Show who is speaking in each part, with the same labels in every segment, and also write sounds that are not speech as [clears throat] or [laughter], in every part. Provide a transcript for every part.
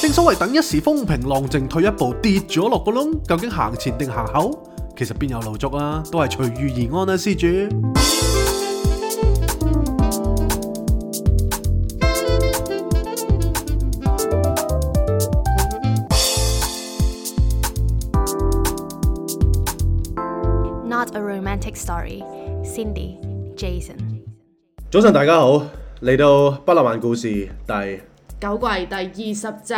Speaker 1: 正所謂等一時風平浪靜，退一步跌咗落個窿，究竟行前定行後？其實邊有路捉啊，都係隨遇而安啦、啊，施主。
Speaker 2: Not a romantic story. Cindy, Jason。
Speaker 1: 早晨，大家好，嚟到不浪漫故事第，
Speaker 3: 九季第二十集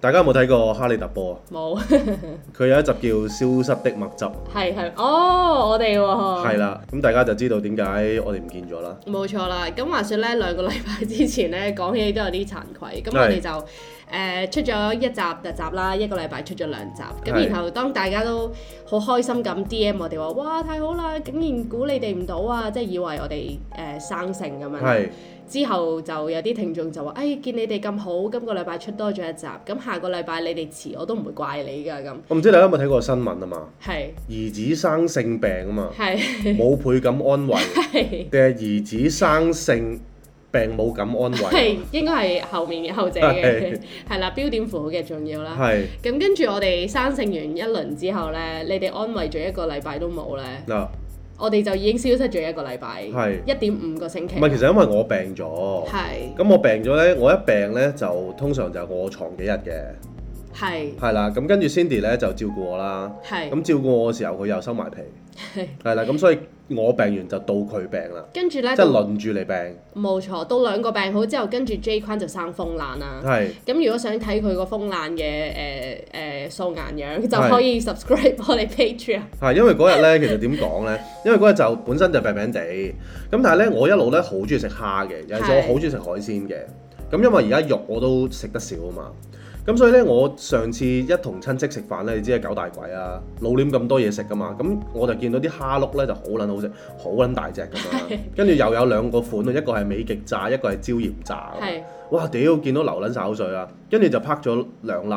Speaker 1: 大家有冇睇過《哈利特波》啊？
Speaker 3: 冇， [laughs]
Speaker 1: 佢有一集叫《消失的墨汁》，
Speaker 3: 係係哦，我哋喎
Speaker 1: 係啦，咁大家就知道點解我哋唔見咗啦。
Speaker 3: 冇錯啦。咁話說咧，兩個禮拜之前咧講起都有啲慚愧，咁
Speaker 1: 係
Speaker 3: 我哋就誒、呃出咗一集特集啦，一個禮拜出咗兩集。
Speaker 1: 係
Speaker 3: 咁然後當大家都好開心咁 D M 我哋話：哇，太好啦！竟然估你哋唔到啊！即係以為我哋誒、呃生性咁樣。
Speaker 1: 係
Speaker 3: 之後就有啲聽眾就話：誒、哎，見你哋咁好，今個禮拜出多咗一集，咁下個禮拜你哋遲我都唔會怪你㗎咁。
Speaker 1: 我唔知大家有冇睇過新聞啊嘛，
Speaker 3: 係
Speaker 1: 兒子生性病啊嘛，
Speaker 3: 係
Speaker 1: 冇倍感安
Speaker 3: [laughs]
Speaker 1: 慰，
Speaker 3: 係。
Speaker 1: 定係兒子生性病冇感安
Speaker 3: [laughs]
Speaker 1: 慰
Speaker 3: 係應該係後面嘅後者
Speaker 1: 係
Speaker 3: 嘅，係啦，標點符號嘅重要
Speaker 1: 啊？
Speaker 3: 啦。
Speaker 1: 係
Speaker 3: 咁跟住我哋生性完一輪之後呢，你哋安慰咗一個禮拜都冇呢，
Speaker 1: 嗱，
Speaker 3: 我哋就已經消失咗一個禮拜，
Speaker 1: 係
Speaker 3: 一點五個星期
Speaker 1: 唔。係其實哦因為我病咗，
Speaker 3: 係
Speaker 1: 咁我病咗呢，我一病呢，就通常就臥床幾日嘅，
Speaker 3: 係
Speaker 1: 係啦，咁跟住 Cindy 呢，就照顧我啦，
Speaker 3: 係。
Speaker 1: 咁照顧我嘅時候佢又收埋皮，係啦，咁所以我病完就到佢病啦，
Speaker 3: 跟住呢，
Speaker 1: 即係
Speaker 3: 到
Speaker 1: 輪住嚟病，
Speaker 3: 冇錯，到兩個病好之後，跟住 J 坤就生風癩啦。
Speaker 1: 係
Speaker 3: 咁如果想睇佢個風癩嘅誒誒素顏樣，
Speaker 1: 係
Speaker 3: 就可以 subscribe 我哋 Patreon。
Speaker 1: 係因為嗰日呢， [laughs] 其實點講呢？因為嗰日就本身就病病地，咁但係呢，我一路呢，好中意食蝦嘅，有陣時我
Speaker 3: 係
Speaker 1: 好中意食海鮮嘅，咁因為而家肉我都食得少啊嘛。咁所以呢，我上次一同親戚食飯呢，你知係九大鬼啊，老臉咁多嘢食噶嘛，咁我就見到啲蝦碌呢就好撚好食，好撚大隻咁
Speaker 3: [laughs]
Speaker 1: 樣，跟住又有兩個款，啊一個係美極炸，一個係椒鹽炸。
Speaker 3: 係
Speaker 1: 哇！屌，見到流撚晒口水啦，跟住就拍咗兩粒，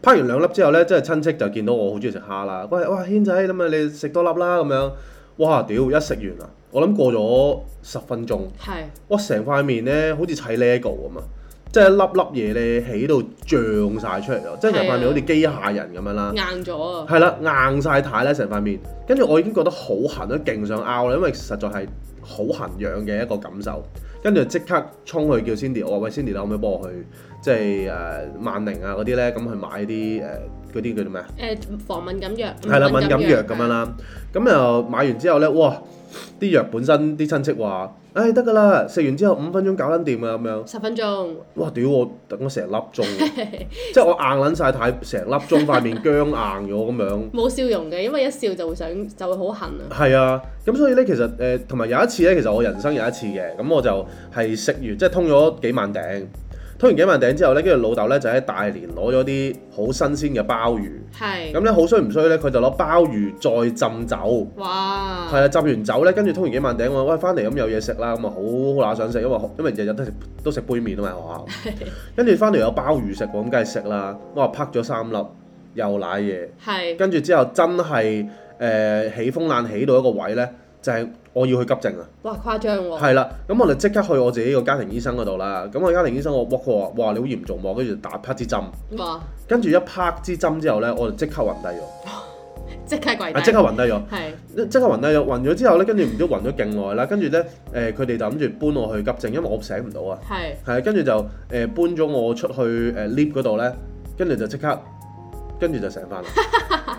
Speaker 1: 拍完兩粒之後呢，即係親戚就見到我好中意食蝦啦，喂，哇，軒仔咁啊，你食多粒啦咁樣，哇！屌，一食完啊，我諗過咗十分鐘，
Speaker 3: 係
Speaker 1: 哇！成塊面呢好似砌 LEGO 咁啊，即係粒粒嘢呢起到脹晒出嚟咯，即係成塊面好似機械人咁樣啦。
Speaker 3: 硬咗啊！
Speaker 1: 係啦，硬晒太咧成塊面，跟住我已經覺得好痕咧，勁想拗啦，因為實在係好痕癢嘅一個感受。跟住即刻衝去叫 Cindy，我話喂 Cindy，你可唔可以幫我去即係誒、呃萬寧啊嗰啲咧，咁去買啲誒呃嗰啲叫做咩啊？
Speaker 3: 誒防敏感藥，
Speaker 1: 係啦，敏感藥咁樣，啦。咁又買完之後咧，哇！啲藥本身啲親戚話：，誒得㗎啦，食完之後五分鐘搞撚掂啊咁樣。
Speaker 3: 十分鐘， [laughs]
Speaker 1: 哇！屌我等咗成粒鐘 [laughs] 喎，即係我硬撚晒太成粒鐘，塊面僵硬咗咁樣。
Speaker 3: 冇笑容嘅，因為一笑就會想就會好痕啊。
Speaker 1: 係啊，咁所以咧，其實誒同埋有一次咧，其實我人生有一次嘅，咁我就係食完即係通咗幾萬頂，通完幾萬頂之後咧，跟住老豆咧就喺大連攞咗啲好新鮮嘅鮑魚，
Speaker 3: 係，
Speaker 1: 咁咧好衰唔衰咧，佢就攞鮑魚再浸酒。
Speaker 3: 哇，
Speaker 1: 係啊，浸完酒咧，跟住通完幾萬頂，我話喂翻嚟咁有嘢食啦，咁啊好好乸想食，因為因為日日都食都食杯麵啊嘛喺學校，跟住翻嚟有鮑魚食喎，咁梗係食啦，我話拍咗三粒又瀨嘢。
Speaker 3: 係
Speaker 1: 跟住之後真係誒、呃起風冷起到一個位呢，就係、我要去急症啊，
Speaker 3: 哇誇張喎，
Speaker 1: 係啦，咁我哋即刻去我自己個家庭醫生嗰度啦。咁我家庭醫生我哇佢話哇你好嚴重喎，跟住就打啪支針，
Speaker 3: 哇
Speaker 1: 跟住一啪支針之後呢，我就即刻暈低咗，
Speaker 3: 即刻跪
Speaker 1: 啊
Speaker 3: 低，
Speaker 1: 即刻暈低咗。
Speaker 3: 係
Speaker 1: 即刻暈低咗，暈咗之後呢，跟住唔知暈咗勁耐啦，跟住呢，誒佢哋就諗住搬我去急症，因為我醒唔到啊，
Speaker 3: 係 [laughs]
Speaker 1: 係跟住就誒、呃搬咗我出去誒 lift 嗰度呢，跟住就即刻，跟住就醒翻啦。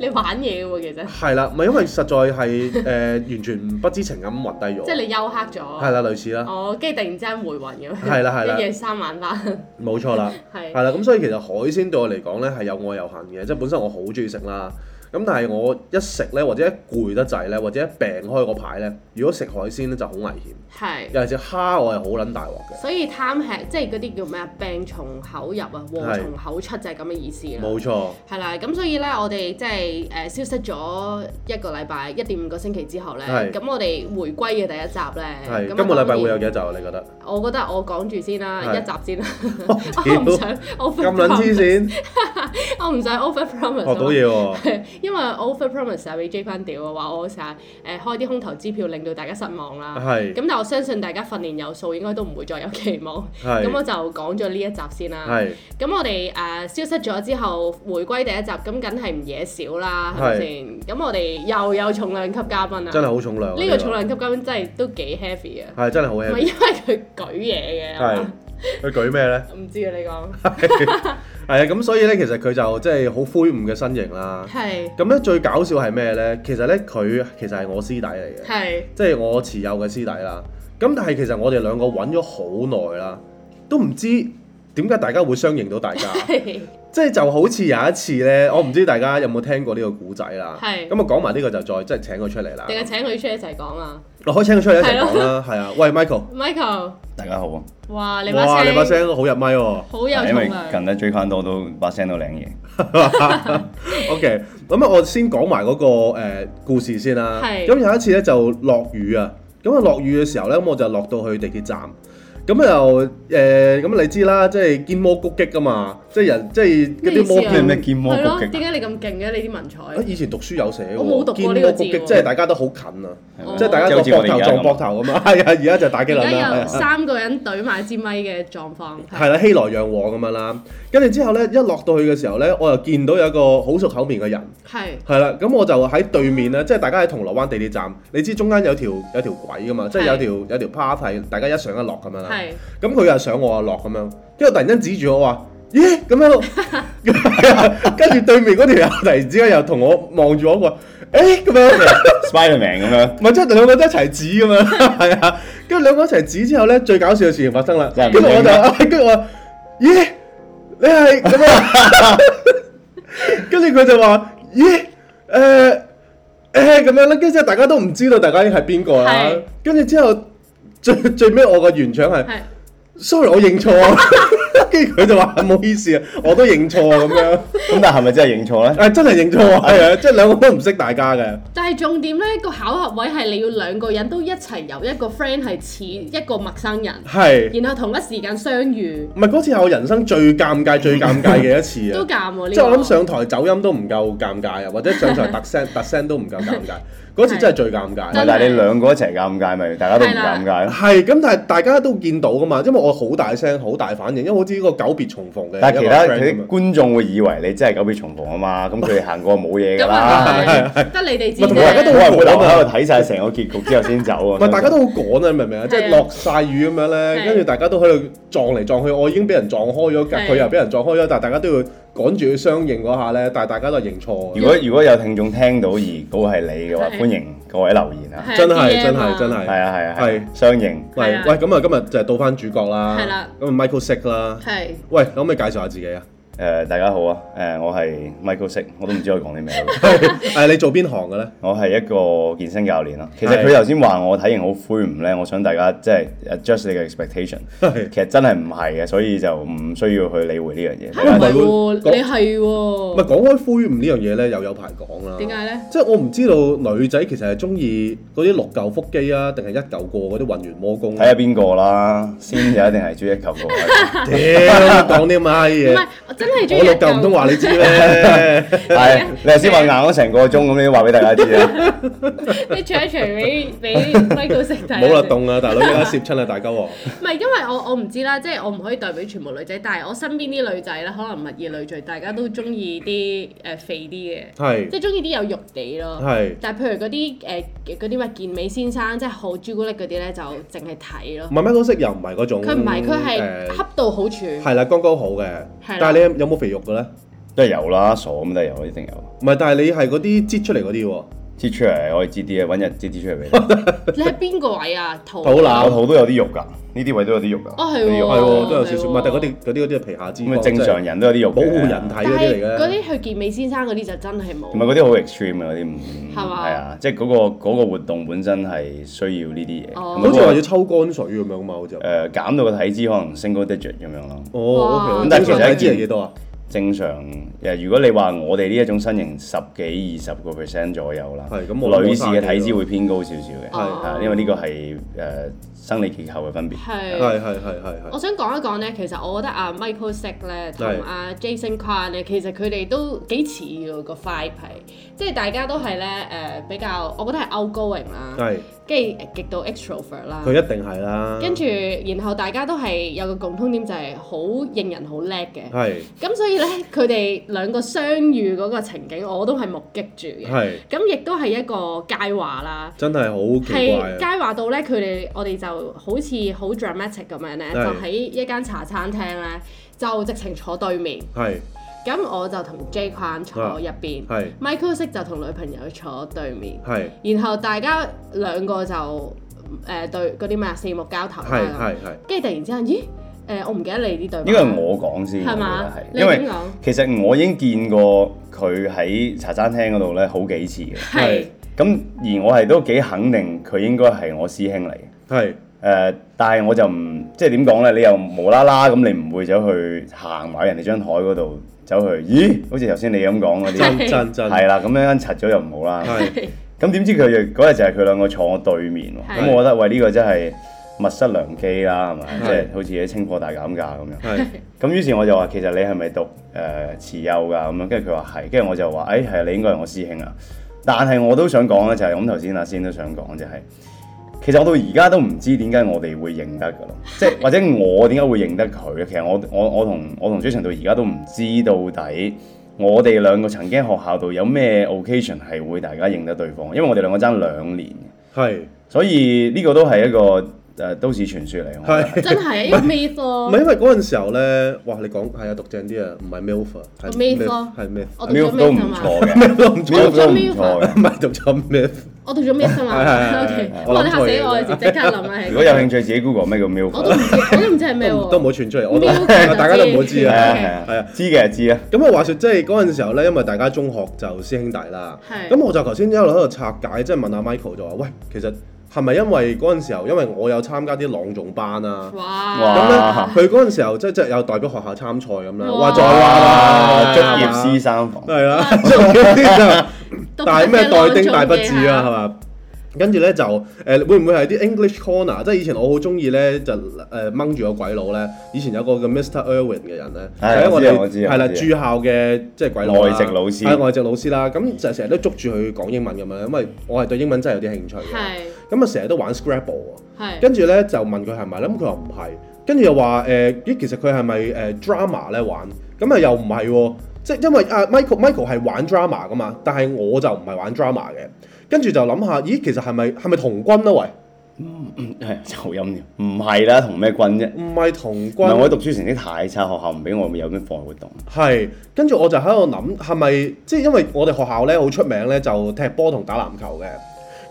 Speaker 3: 你玩嘢喎，其實
Speaker 1: 係啦，咪因為實在係誒、呃完全不知情咁暈
Speaker 3: [laughs]
Speaker 1: 低
Speaker 3: 即係
Speaker 1: 咗，
Speaker 3: 你休克
Speaker 1: 係
Speaker 3: 咗，
Speaker 1: 啦類似啦，
Speaker 3: 哦，跟住突然之間回魂咁樣，
Speaker 1: 係啦係啦
Speaker 3: [laughs] 一夜三晚翻，
Speaker 1: 冇錯啦，
Speaker 3: [laughs] 係
Speaker 1: 係啦，咁所以其實海鮮對我嚟講咧係有愛有恨嘅，即係本身我好中意食啦，咁但係我一食咧或者一攰得滯咧，或者一病開個牌咧，如果食海鮮咧就好危險，
Speaker 3: 係，
Speaker 1: 尤其是蝦我係好撚大鑊嘅，
Speaker 3: 所以貪吃即係嗰啲叫咩啊？病從口入啊，禍從口出就係咁啊嘅意思啦。
Speaker 1: 冇錯，
Speaker 3: 係啦，咁所以咧，我哋即係誒消失咗一個禮拜、一點五個星期之後咧，
Speaker 1: 係
Speaker 3: 咁我哋回歸嘅第一集咧，
Speaker 1: 係
Speaker 3: 咁啊
Speaker 1: 今個禮拜會有
Speaker 3: 當然
Speaker 1: 幾多集啊？
Speaker 3: [laughs]
Speaker 1: 你覺得？
Speaker 3: 我覺得我講住先啦，
Speaker 1: 係
Speaker 3: 一集
Speaker 1: [laughs]
Speaker 3: 先啦，
Speaker 1: 我
Speaker 3: 我唔 [laughs]
Speaker 1: 屌
Speaker 3: 想 over
Speaker 1: 咁撚黐線，
Speaker 3: [laughs] 我唔想 over promise，
Speaker 1: 學到嘢喎，
Speaker 3: 係 [laughs] 因為我 over promise 啊，俾 J 翻屌嘅話，我成日誒開啲空頭支票，令到大家失望啦。
Speaker 1: 係
Speaker 3: 咁但我相信大家訓練有素，應該都唔會再有期望。咁我
Speaker 1: 係
Speaker 3: 就講咗呢一集先啦。
Speaker 1: 係
Speaker 3: 咁我哋誒、呃消失咗之後，回歸第一集，咁梗係唔嘢少啦，係咪
Speaker 1: 係
Speaker 3: 先？咁我哋又有重量級嘉賓啦。
Speaker 1: 真係好重量啊。
Speaker 3: 呢個重量級嘉賓真係都幾 heavy 啊！
Speaker 1: 係真係好
Speaker 3: 唔係
Speaker 1: heavy。
Speaker 3: 因為佢舉嘢嘅，係
Speaker 1: 係
Speaker 3: 嘛
Speaker 1: 佢舉咩咧？
Speaker 3: 唔知啊你講
Speaker 1: 係啊，咁所以咧，其實佢就即係好灰梧嘅身形啦。
Speaker 3: 係
Speaker 1: 咁咧最搞笑係咩咧？其實咧佢其實係我師弟嚟嘅，
Speaker 3: 係
Speaker 1: 即係我持有嘅師弟啦。咁但係其實我哋兩個揾咗好耐啦，都唔知點解大家會相認到
Speaker 3: [laughs]
Speaker 1: 大家。
Speaker 3: 係
Speaker 1: 即係就好似有一次咧，我唔知大家有冇聽過呢個古仔啦。
Speaker 3: 係
Speaker 1: 咁啊講埋呢個就再即係請佢出嚟啦。
Speaker 3: 定係請佢出嚟一齊講啊
Speaker 1: 我可以請佢出嚟一齊講啦，係啊。喂，Michael，
Speaker 3: ，Michael，
Speaker 4: 大家好啊！
Speaker 3: 哇你
Speaker 1: 哇，
Speaker 3: 把
Speaker 1: 你把
Speaker 3: 聲
Speaker 1: 聲好入咪喎。
Speaker 3: 好有
Speaker 4: 因
Speaker 3: 重
Speaker 4: 為
Speaker 3: 量，
Speaker 4: 近得追翻多都把聲都靚嘢，
Speaker 1: OK，咁啊，我先講埋嗰個呃故事先啦。
Speaker 3: 係
Speaker 1: 咁有一次咧就落雨啊，咁啊落雨嘅時候咧，咁我就落到去地鐵站。咁又誒，呃咁、你知啦，即係肩魔谷擊噶嘛，即係人即係嗰
Speaker 3: 咩意
Speaker 1: 啲
Speaker 3: 思
Speaker 1: 魔
Speaker 3: 啊
Speaker 4: 咩咩劍魔
Speaker 3: 係
Speaker 4: 局
Speaker 3: 咯，
Speaker 4: 嘅，
Speaker 3: 點解你咁勁嘅你啲文采？
Speaker 1: 啊以前讀書有寫喎，
Speaker 3: 我冇讀過呢
Speaker 1: 肩
Speaker 3: 個
Speaker 1: 魔
Speaker 3: 字
Speaker 1: 谷
Speaker 3: 喎
Speaker 1: 擊，即係大家都好近啊，
Speaker 3: 哦
Speaker 1: 即係大家個
Speaker 4: 即係好
Speaker 1: 膊
Speaker 4: 似
Speaker 1: 頭
Speaker 4: 我哋而家
Speaker 1: 撞
Speaker 4: 咁
Speaker 1: 膊頭咁啊， [laughs] 係啊，而家就打機輪
Speaker 3: 而
Speaker 1: 啦，
Speaker 3: 家有
Speaker 1: 係啊
Speaker 3: 三個人懟埋支咪嘅狀況，
Speaker 1: 係啦，熙來攘往咁樣啦。跟住之後咧，一落到去嘅時候咧，我又見到有一個好熟口面嘅人。
Speaker 3: 係
Speaker 1: 係啦，咁我就喺對面咧，即係大家喺銅鑼灣地鐵站，你知中間有條有條軌噶嘛，即係有條有條 path 係大家一上一落咁樣啦。
Speaker 3: 係
Speaker 1: 咁佢又上我又落咁樣，跟住突然間指住我話：咦咁樣咯，跟住對面嗰條友突然之間又同我望住我話：誒咁樣，
Speaker 4: Spiderman 咁樣，
Speaker 1: 唔係即係兩個都一齊指咁樣， [laughs] 係啊。跟住兩個一齊指之後咧，最搞笑嘅事情發生啦。
Speaker 4: 真係唔
Speaker 1: 跟住我
Speaker 4: 明啊
Speaker 1: 就， [laughs] 跟住我話：咦你係咁樣， [laughs] 跟住佢就話：咦誒誒咁樣啦。跟住之後大家都唔知道大家係邊個啦
Speaker 3: 係。
Speaker 1: 跟住之後最最尾我個原唱係。
Speaker 3: 係
Speaker 1: sorry，我認錯啊。 [laughs] 跟住佢就話唔好意思啊，我都認錯啊咁樣。
Speaker 4: 咁但係咪真係認錯咧？
Speaker 1: 誒真係認錯啊，係啊，即係兩個都唔識大家嘅。
Speaker 3: 但係重點咧，個考核位係你要兩個人都一齊由一個 friend 係似一個陌生人，
Speaker 1: 係，
Speaker 3: 然後同一時間相遇，
Speaker 1: 唔係嗰次係我人生最尷尬、最尷尬嘅一次
Speaker 3: [laughs] 都
Speaker 1: 啊！
Speaker 3: 尷喎呢個。
Speaker 1: 即係我諗上台走音都唔夠尷尬啊，或者上台特 [laughs] 聲特聲都唔夠尷尬。嗰次真係最尷
Speaker 4: 唔
Speaker 1: 尬
Speaker 4: 係。
Speaker 3: 真係
Speaker 4: 但係你兩個一齊尷尬，咪大家都唔
Speaker 3: 係啦
Speaker 4: 尷尬咯。
Speaker 1: 係咁，但係大家都見到噶嘛，因為我好大聲、好大反應，因為好似呢個久啊別重逢嘅。
Speaker 4: 但係其他佢
Speaker 1: 佢
Speaker 4: [laughs] 啲觀眾會以為你真係久別重逢啊嘛，咁佢哋行過冇嘢㗎
Speaker 3: 咁
Speaker 4: 啦。
Speaker 3: 啊係，得你哋知
Speaker 1: 咪同埋大家都
Speaker 3: 啫。
Speaker 4: 我係會留喺度睇晒成個結局之後先走
Speaker 1: 唔
Speaker 4: 啊。
Speaker 1: 係大家都好趕啊，你明唔明啊？即係
Speaker 3: 係啊
Speaker 1: 落晒雨咁樣咧，
Speaker 3: 係
Speaker 1: 跟住大家都喺度撞嚟撞去，我已經俾人撞開咗㗎，
Speaker 3: 係
Speaker 1: 佢又俾人撞開咗，但係大家都要趕住去相應嗰下咧，但係大家都係認錯啊
Speaker 4: 如
Speaker 1: 嘅。
Speaker 4: 果如果有聽眾聽到而嗰個係你嘅話，
Speaker 3: 係
Speaker 4: 歡迎各位留言啊！
Speaker 3: 係啊
Speaker 1: 真
Speaker 3: DM
Speaker 1: 係
Speaker 3: 啊
Speaker 1: 真係真
Speaker 4: 係
Speaker 1: 係。
Speaker 4: 啊係啊係啊
Speaker 1: 係，
Speaker 4: 相認。
Speaker 1: 喂
Speaker 3: 係啊
Speaker 1: 喂，咁啊，今日就係到翻主角啦。
Speaker 3: 係啦。
Speaker 1: 咁啊，Michael Sick 啦。
Speaker 3: 係
Speaker 1: 喂，可唔可以介紹下自己啊？ [laughs]
Speaker 4: 誒、大家好啊！誒、我係 Michael 色，我都唔知我講啲咩
Speaker 1: [laughs]
Speaker 4: [laughs] 好。
Speaker 1: 誒，你做邊行嘅
Speaker 3: [laughs]
Speaker 1: 咧？
Speaker 4: 我係一個健身教練啦。其實
Speaker 1: 係
Speaker 4: 佢頭先話我體型好灰唔咧，我想大家即係 adjust 你嘅 expectation。
Speaker 1: 係
Speaker 4: 其實真係唔係嘅，所以就唔需要去理會呢樣嘢。
Speaker 3: 嚇唔係
Speaker 1: 唔係會
Speaker 3: 喎，你係
Speaker 1: 唔
Speaker 3: 喎，
Speaker 1: 係講開灰唔呢樣嘢咧，又有排講啦。
Speaker 3: 點解咧？
Speaker 1: 即係我唔知道女仔其實係中意嗰啲六嚿腹肌啊，定係一嚿過嗰啲混元魔功
Speaker 4: 睇
Speaker 1: 啊
Speaker 4: 下邊個啦，先就一定係追一球個
Speaker 1: [laughs]
Speaker 4: 位。
Speaker 1: 屌，講啲咁嘅
Speaker 3: 唔
Speaker 1: 嘢。
Speaker 3: 係，我真係中意
Speaker 1: 我
Speaker 3: 一
Speaker 1: 老豆唔通
Speaker 3: 嚿。
Speaker 1: 話你知咩？
Speaker 4: 係你頭先話硬咗成個鐘，咁你都話俾大家知啊。
Speaker 3: [laughs] 你除一除俾
Speaker 1: [laughs]
Speaker 3: 俾 Michael 識睇。
Speaker 1: 冇啦，。凍啦，大佬而家攝親啦，大
Speaker 3: [laughs]
Speaker 1: 家喎。
Speaker 3: 唔係因為我我唔知啦，即係我唔可以代表全部女仔，但係我身邊啲女仔咧，可能物以類聚，大家都中意啲誒肥啲嘅，
Speaker 1: 係
Speaker 3: 即係中意啲有肉地咯。
Speaker 1: 係，
Speaker 3: 但係譬如嗰啲誒嗰啲咩健美先生，即係好朱古力嗰啲咧，就淨係睇咯。
Speaker 1: 慢慢都識又唔係嗰種。
Speaker 3: 佢唔係，佢
Speaker 1: 嗯誒
Speaker 3: 係恰到好處。
Speaker 1: 係啦，剛剛好嘅。
Speaker 3: 係啦
Speaker 1: 但係你有冇肥肉嘅咧？
Speaker 4: 都係有啦，傻咁都係有，一定有。
Speaker 1: 唔係，但係你係嗰啲擠出嚟嗰啲喎。
Speaker 4: 擠出嚟我哋知啲啊，揾日擠啲出嚟俾你。
Speaker 3: 你係邊個位啊？肚
Speaker 1: 肚腩
Speaker 4: 我肚都有啲肉㗎，呢啲位都有啲肉㗎。
Speaker 3: 哦係
Speaker 4: 呢啲肉
Speaker 1: 係喎，都有
Speaker 3: 係
Speaker 1: 少少。
Speaker 3: 喎
Speaker 1: 唔係，但係嗰啲嗰啲嗰啲係皮下脂
Speaker 4: 咁
Speaker 1: 肪。
Speaker 4: 啊，正常人都有啲肉嘅
Speaker 1: 保護人體
Speaker 3: 但
Speaker 1: 嗰
Speaker 3: 係嗰
Speaker 1: 啲嚟嘅。
Speaker 3: 啲去健美先生嗰啲就真係冇
Speaker 4: 唔。係嗰啲好 extreme 啊嘅嗰啲唔
Speaker 3: 係嘛
Speaker 4: 係啊，即係嗰個嗰個活動本身係需要呢啲嘢，
Speaker 3: 哦
Speaker 4: 咁
Speaker 1: 好似話
Speaker 4: 嗰
Speaker 1: 要抽乾水咁樣嘛，好似。
Speaker 4: 個誒減到個體脂可能 single digit 咁樣咯。
Speaker 1: 哦，OK。
Speaker 3: 哇
Speaker 1: 咁
Speaker 4: 但
Speaker 1: 正
Speaker 4: 係其實
Speaker 1: 常體
Speaker 4: 一
Speaker 1: 脂係
Speaker 4: 件
Speaker 1: 幾多啊？
Speaker 4: 正常誒，如果你話我哋呢一種身形十幾二十個 percent 左右啦，
Speaker 1: 係咁我
Speaker 4: 女士嘅體
Speaker 1: 冇生幾
Speaker 4: 脂
Speaker 1: 咯
Speaker 4: 會偏高少少嘅，
Speaker 3: 哦
Speaker 4: 係因為呢個係誒、生理結構嘅分別。
Speaker 3: 係。
Speaker 1: 係係係係
Speaker 3: 我
Speaker 1: 係，
Speaker 3: 想講一講咧，其實我覺得啊 Michael Sick 咧同
Speaker 1: 係
Speaker 3: 阿 Jason Kwan 咧，其實佢哋都幾似嘅個 vibe 係，即係大家都係咧誒比較，我覺得係 outgoing 啦，
Speaker 1: 係
Speaker 3: 跟住極度 extrovert 啦
Speaker 1: 佢，一定係啦，
Speaker 3: 跟住然後大家都係有個共通點就係好認人好叻嘅，
Speaker 1: 係
Speaker 3: 咁所以咧佢哋兩個相遇嗰個情景我都係目擊住嘅，
Speaker 1: 係
Speaker 3: 咁亦都係一個佳話啦。
Speaker 1: 真係好奇怪
Speaker 3: 係
Speaker 1: 啊！
Speaker 3: 街話到咧，佢哋我哋就好似好 dramatic 咁樣咧，
Speaker 1: 係
Speaker 3: 就喺一間茶餐廳咧，就直情坐對面。
Speaker 1: 係
Speaker 3: 咁我就同 J 框坐
Speaker 1: 啊
Speaker 3: 入邊
Speaker 1: 係
Speaker 3: ，Michael 識就同女朋友坐對面，
Speaker 1: 係
Speaker 3: 然後大家兩個就誒、呃、對嗰啲咩啊四目交投
Speaker 1: 係
Speaker 3: 啦。
Speaker 1: 係
Speaker 3: 跟
Speaker 1: 係
Speaker 3: 住突然之間，咦？誒、我唔記得你啲對白。
Speaker 4: 呢個係我講先，
Speaker 3: 係嘛
Speaker 4: 我覺得係
Speaker 3: 你
Speaker 4: 因為
Speaker 3: 點講
Speaker 4: 其實我已經見過佢喺茶餐廳嗰度咧好幾次嘅，
Speaker 3: 係
Speaker 4: 咁而我係都幾肯定佢應該係我師兄嚟嘅。
Speaker 1: 係
Speaker 4: 誒、呃但係我就唔即係點講咧？你又無啦啦咁，你唔會走去行埋人哋張台嗰度走去，咦？好似頭先你咁講嗰啲，
Speaker 1: 真真真
Speaker 4: 係啊啦，咁樣擦咗又唔好啦。
Speaker 1: 係
Speaker 4: 咁點知佢就嗰日就係佢兩個坐我對面喎。
Speaker 3: 係
Speaker 4: 咁我覺得喂呢、個真係物失良機啦，係咪？
Speaker 1: 係
Speaker 4: 即係好似啲清貨大減價咁樣。
Speaker 1: 係
Speaker 4: 咁於是我就話其實你係咪讀誒、呃慈幼㗎咁樣？跟住佢話係，跟住我就話誒係你應該係我師兄啊。但係我都想講咧，就係咁頭先阿仙都想講就係、其實我到而家都唔知點解我哋會認得㗎咯，即係或者我點解會認得佢咧？其實我我我同我同 Jason 到而家都唔知到底我哋兩個曾經學校度有咩 occasion 係會大家認得對方，因為我哋兩個爭兩年，
Speaker 1: 係。
Speaker 4: 所以呢個都係一個誒、呃都市傳說嚟。我覺得
Speaker 1: 係
Speaker 3: 真係一個 meet
Speaker 1: [laughs] 唔
Speaker 3: 咯
Speaker 1: 係，因為嗰陣時候咧，哇！你講係啊，讀正啲啊，唔係 MILF 啊，係
Speaker 3: MILF 咯
Speaker 1: 係 MILF， [laughs]
Speaker 3: 我讀咗
Speaker 4: Milk 都
Speaker 3: meet 啊
Speaker 4: 唔
Speaker 3: 嘛。
Speaker 4: 錯嘅。
Speaker 1: 咩都唔知，
Speaker 3: 我
Speaker 1: 唔
Speaker 3: 讀咗
Speaker 4: 都唔錯
Speaker 3: MILF
Speaker 4: 嘅。
Speaker 1: 係讀咗 MILF，
Speaker 3: 我讀咗 meet 啊嘛。
Speaker 1: 係係
Speaker 3: [laughs]
Speaker 1: 係
Speaker 3: OK，
Speaker 1: 我
Speaker 3: 哇！
Speaker 1: 諗
Speaker 3: 你嚇
Speaker 1: 錯
Speaker 3: 死
Speaker 1: 嘢
Speaker 3: 我，我直即刻諗啊。
Speaker 4: 如果有興趣，自己 Google 咩叫 milk 啊
Speaker 3: 我都
Speaker 1: [laughs]
Speaker 3: 唔知，我都唔知係咩
Speaker 1: 都
Speaker 3: 喎。
Speaker 1: 唔都唔好傳出嚟，我都
Speaker 3: MILF 就知
Speaker 1: [laughs] 大家都唔好知
Speaker 4: 係啊
Speaker 1: 啊。
Speaker 4: 係啊
Speaker 1: 係啊
Speaker 4: 知嘅就知啊。
Speaker 1: 咁啊，話説即係嗰陣時候咧，因為大家中學就師兄弟啦，
Speaker 3: 係
Speaker 1: 咁我就頭先一路喺度拆解，即係問阿 Michael 就話：喂，其實係咪因為嗰陣時候，因為我有參加啲朗誦班啊？
Speaker 3: 哇！
Speaker 1: 咁
Speaker 4: 哇！
Speaker 1: 咧，佢嗰陣時候即係即係有代表學校參賽咁啦，
Speaker 3: 哇
Speaker 1: 話再
Speaker 4: 哇！
Speaker 1: 話
Speaker 4: 竹葉師三房，
Speaker 1: 係啦，咁就
Speaker 3: 讀
Speaker 1: 但係咩
Speaker 3: 緊嘅
Speaker 1: 代丁
Speaker 3: 朗
Speaker 1: 大
Speaker 3: 誦
Speaker 1: 不
Speaker 3: 嘅
Speaker 1: 智啊，係嘛？跟住咧就誒、會唔會係啲 English corner？即係以前我好中意咧，就誒掹住個鬼佬咧。以前有個叫 Mr. Irwin 嘅人咧，
Speaker 4: 係
Speaker 1: 喺
Speaker 4: 我
Speaker 1: 我
Speaker 4: 知啊我知
Speaker 1: 哋
Speaker 4: 啊
Speaker 1: 係啦
Speaker 4: 我知啊
Speaker 1: 駐校嘅即係鬼佬啦啊
Speaker 4: 外籍老師
Speaker 1: 係外籍老師啦。咁就成日都捉住佢講英文咁樣，因為我係對英文真係有啲興趣嘅。
Speaker 3: 係
Speaker 1: 咁啊，成日都玩 Scrabble 喎。
Speaker 3: 係
Speaker 1: 跟住咧就問佢係咪咧，咁佢話唔係，跟住又話誒，咦、其實佢係咪誒 drama 咧玩？咁啊又唔係喎，即係因為啊 Michael Michael 係玩 drama 噶嘛，但係我就唔係玩 drama 嘅。跟住就諗下，咦，其實係咪係咪童軍啊？
Speaker 4: 係就音添，唔係啦，同咩軍啫？
Speaker 1: 喂，唔係童
Speaker 4: 唔係
Speaker 1: 軍
Speaker 4: 我，讀書成績太差，學校唔俾我有咩課外活動。
Speaker 1: 係跟住我就喺度諗，係咪即係因為我哋學校咧好出名咧就踢波同打籃球嘅。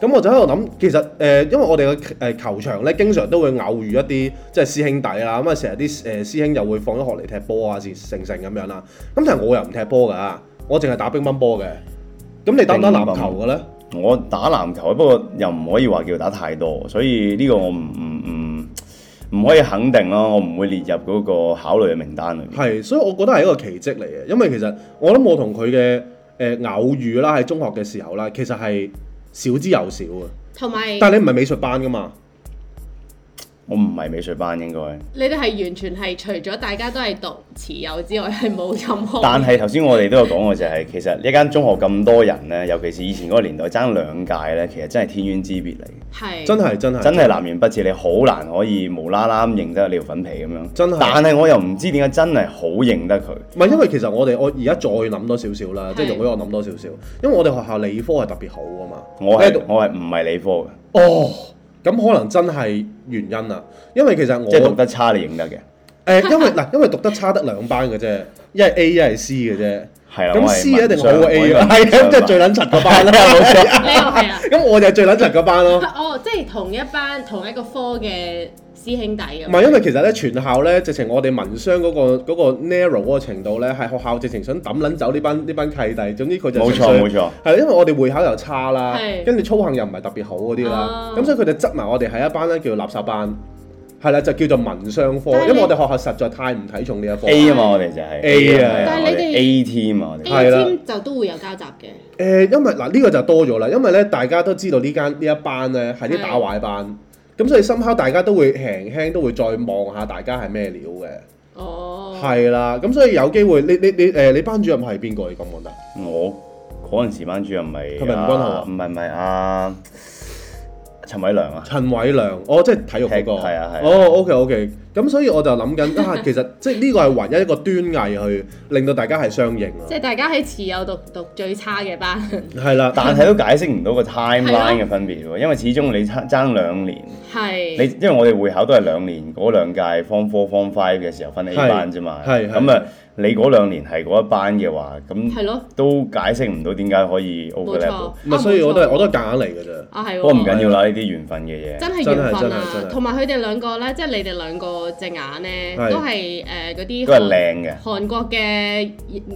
Speaker 1: 咁我就喺度諗，其實誒、呃因為我哋嘅誒球場咧，經常都會偶遇一啲即係師兄弟啦，咁啊成日啲誒師兄又會放咗學嚟踢波啊，成成成咁樣啦。咁但係我又唔踢波㗎，我淨係打乒乓波嘅。咁你打唔打籃球嘅咧？
Speaker 4: 我打籃球，不過又唔可以話叫打太多，所以呢個我唔唔唔唔可以肯定咯，我唔會列入嗰個考慮嘅名單裏面。
Speaker 1: 係，所以我覺得係一個奇蹟嚟嘅，因為其實我諗我同佢嘅誒偶遇啦，喺中學嘅時候啦，其實係少之又少嘅。
Speaker 3: 同埋
Speaker 1: 但係你唔係美術班㗎嘛？
Speaker 4: 我唔係美術班應該。
Speaker 3: 你哋係完全係除咗大家都係讀持有之外，係冇任何
Speaker 4: 但係頭先我哋都有講過就係、其實一間中學咁多人呢，尤其是以前嗰個年代爭兩屆呢，其實真係天淵之別嚟嘅，
Speaker 3: 係
Speaker 1: 真係真係
Speaker 4: 真係南轅北轍，你好難可以無啦啦咁認得你條粉皮咁樣。
Speaker 1: 真係
Speaker 4: 但係我又唔知點解真係好認得佢。
Speaker 1: 唔係因為其實我哋我而家再諗多少少啦，即係
Speaker 3: 係
Speaker 1: 容許我諗多少少，因為我哋學校理科係特別好噶嘛。
Speaker 4: 我
Speaker 1: 你
Speaker 4: 係
Speaker 1: 讀
Speaker 4: 我係唔係理科嘅，
Speaker 1: 哦，咁可能真係原因啦，因為其實我
Speaker 4: 即係讀
Speaker 1: 誒、
Speaker 4: 得差你認得嘅。
Speaker 1: 因為嗱，因為讀得差得兩班嘅啫，一係 A 一係 C 嘅啫。
Speaker 4: 係啦，啊
Speaker 1: 咁
Speaker 4: 我係
Speaker 1: C
Speaker 4: 文
Speaker 1: 一定好
Speaker 4: 商
Speaker 1: 過 A
Speaker 4: 我
Speaker 1: 啊，
Speaker 4: [laughs] 係
Speaker 1: 係
Speaker 4: 文
Speaker 1: 咁
Speaker 4: 商
Speaker 1: 即係 [laughs]
Speaker 4: 嘛
Speaker 1: 最撚柒嗰
Speaker 4: [laughs]
Speaker 1: 班啦，
Speaker 4: 啊
Speaker 3: 你又係啊？
Speaker 1: 咁我就係最撚柒嗰班咯。
Speaker 3: 哦，即係同一班同一個科嘅師兄弟咁。
Speaker 1: 唔係因為其實咧，全校咧，直情我哋文商嗰、個嗰、個 narrow 嗰個程度咧，係學校直情想抌撚走呢班呢班契弟。總之佢就
Speaker 4: 冇
Speaker 1: 純
Speaker 4: 錯
Speaker 1: 粹
Speaker 4: 冇錯，
Speaker 1: 係因為我哋會考又差啦，
Speaker 3: 係
Speaker 1: 跟住操行又唔係特別好嗰啲啦，
Speaker 3: 哦
Speaker 1: 咁、所以佢就執埋我哋係一班咧叫垃圾班。係啦，就叫做文商科，
Speaker 3: 但係你
Speaker 1: 因為我哋學校實在太唔睇重呢一科。
Speaker 4: A 啊嘛，我哋就係
Speaker 1: A 啊
Speaker 4: 係
Speaker 3: 但係
Speaker 4: 我
Speaker 3: 你
Speaker 4: 哋
Speaker 3: 哋
Speaker 4: A team 啊，我哋
Speaker 3: A
Speaker 1: 係啦
Speaker 3: team 就都會有交集嘅，
Speaker 1: 誒、因為嗱呢、個就多咗啦，因為咧大家都知道呢間呢一班咧係啲打壞班，咁所以深刻大家都會輕輕都會再望下大家係咩料嘅，
Speaker 3: 哦，
Speaker 1: 係啦、咁所以有機會你你你誒、你班主任係邊個？你講唔講得？
Speaker 4: 我嗰陣時班主任咪
Speaker 1: 係咪吳君豪啊
Speaker 4: 唔係唔係啊，陳
Speaker 1: [laughs]
Speaker 4: 偉良啊，
Speaker 1: 陳偉良，哦，即係體育嗰、個，
Speaker 4: 踢係啊係啊
Speaker 1: 哦，OK OK，咁所以我就諗緊啊， [laughs] 其實即係呢個係唯一一個端倪去令到大家係相應啊
Speaker 3: 即，係大家喺持有讀讀最差嘅班，
Speaker 1: 係啦，
Speaker 4: 但係都解釋唔到個 timeline 嘅分別喎，因為始終你差爭兩年，你
Speaker 3: 係
Speaker 4: 因為我哋會考都係兩年，嗰兩屆 form four form five 嘅時候分 A
Speaker 1: 係
Speaker 4: 班啫嘛，
Speaker 1: 係係
Speaker 4: 咁啊，你嗰兩年係嗰一班嘅話，
Speaker 3: 係
Speaker 4: 咁
Speaker 3: 咯，
Speaker 4: 都解釋唔到點解可以
Speaker 3: 冇
Speaker 4: overlap
Speaker 3: 錯
Speaker 4: 到。，
Speaker 1: 唔係，
Speaker 3: 啊
Speaker 1: 所以我都係
Speaker 3: 冇錯
Speaker 1: 我都係夾硬嚟嘅啫。
Speaker 3: 啊係喎，
Speaker 4: 不過唔緊要啦，呢啲緣分嘅嘢。
Speaker 3: 真係緣
Speaker 1: 真係真
Speaker 3: 分
Speaker 1: 係真
Speaker 3: 啊
Speaker 1: 係！
Speaker 3: 同埋佢哋兩個咧，即係你哋兩個隻眼咧，
Speaker 1: 係
Speaker 3: 都係誒嗰啲
Speaker 4: 都係
Speaker 3: 韓
Speaker 4: 靚嘅
Speaker 3: 韓國嘅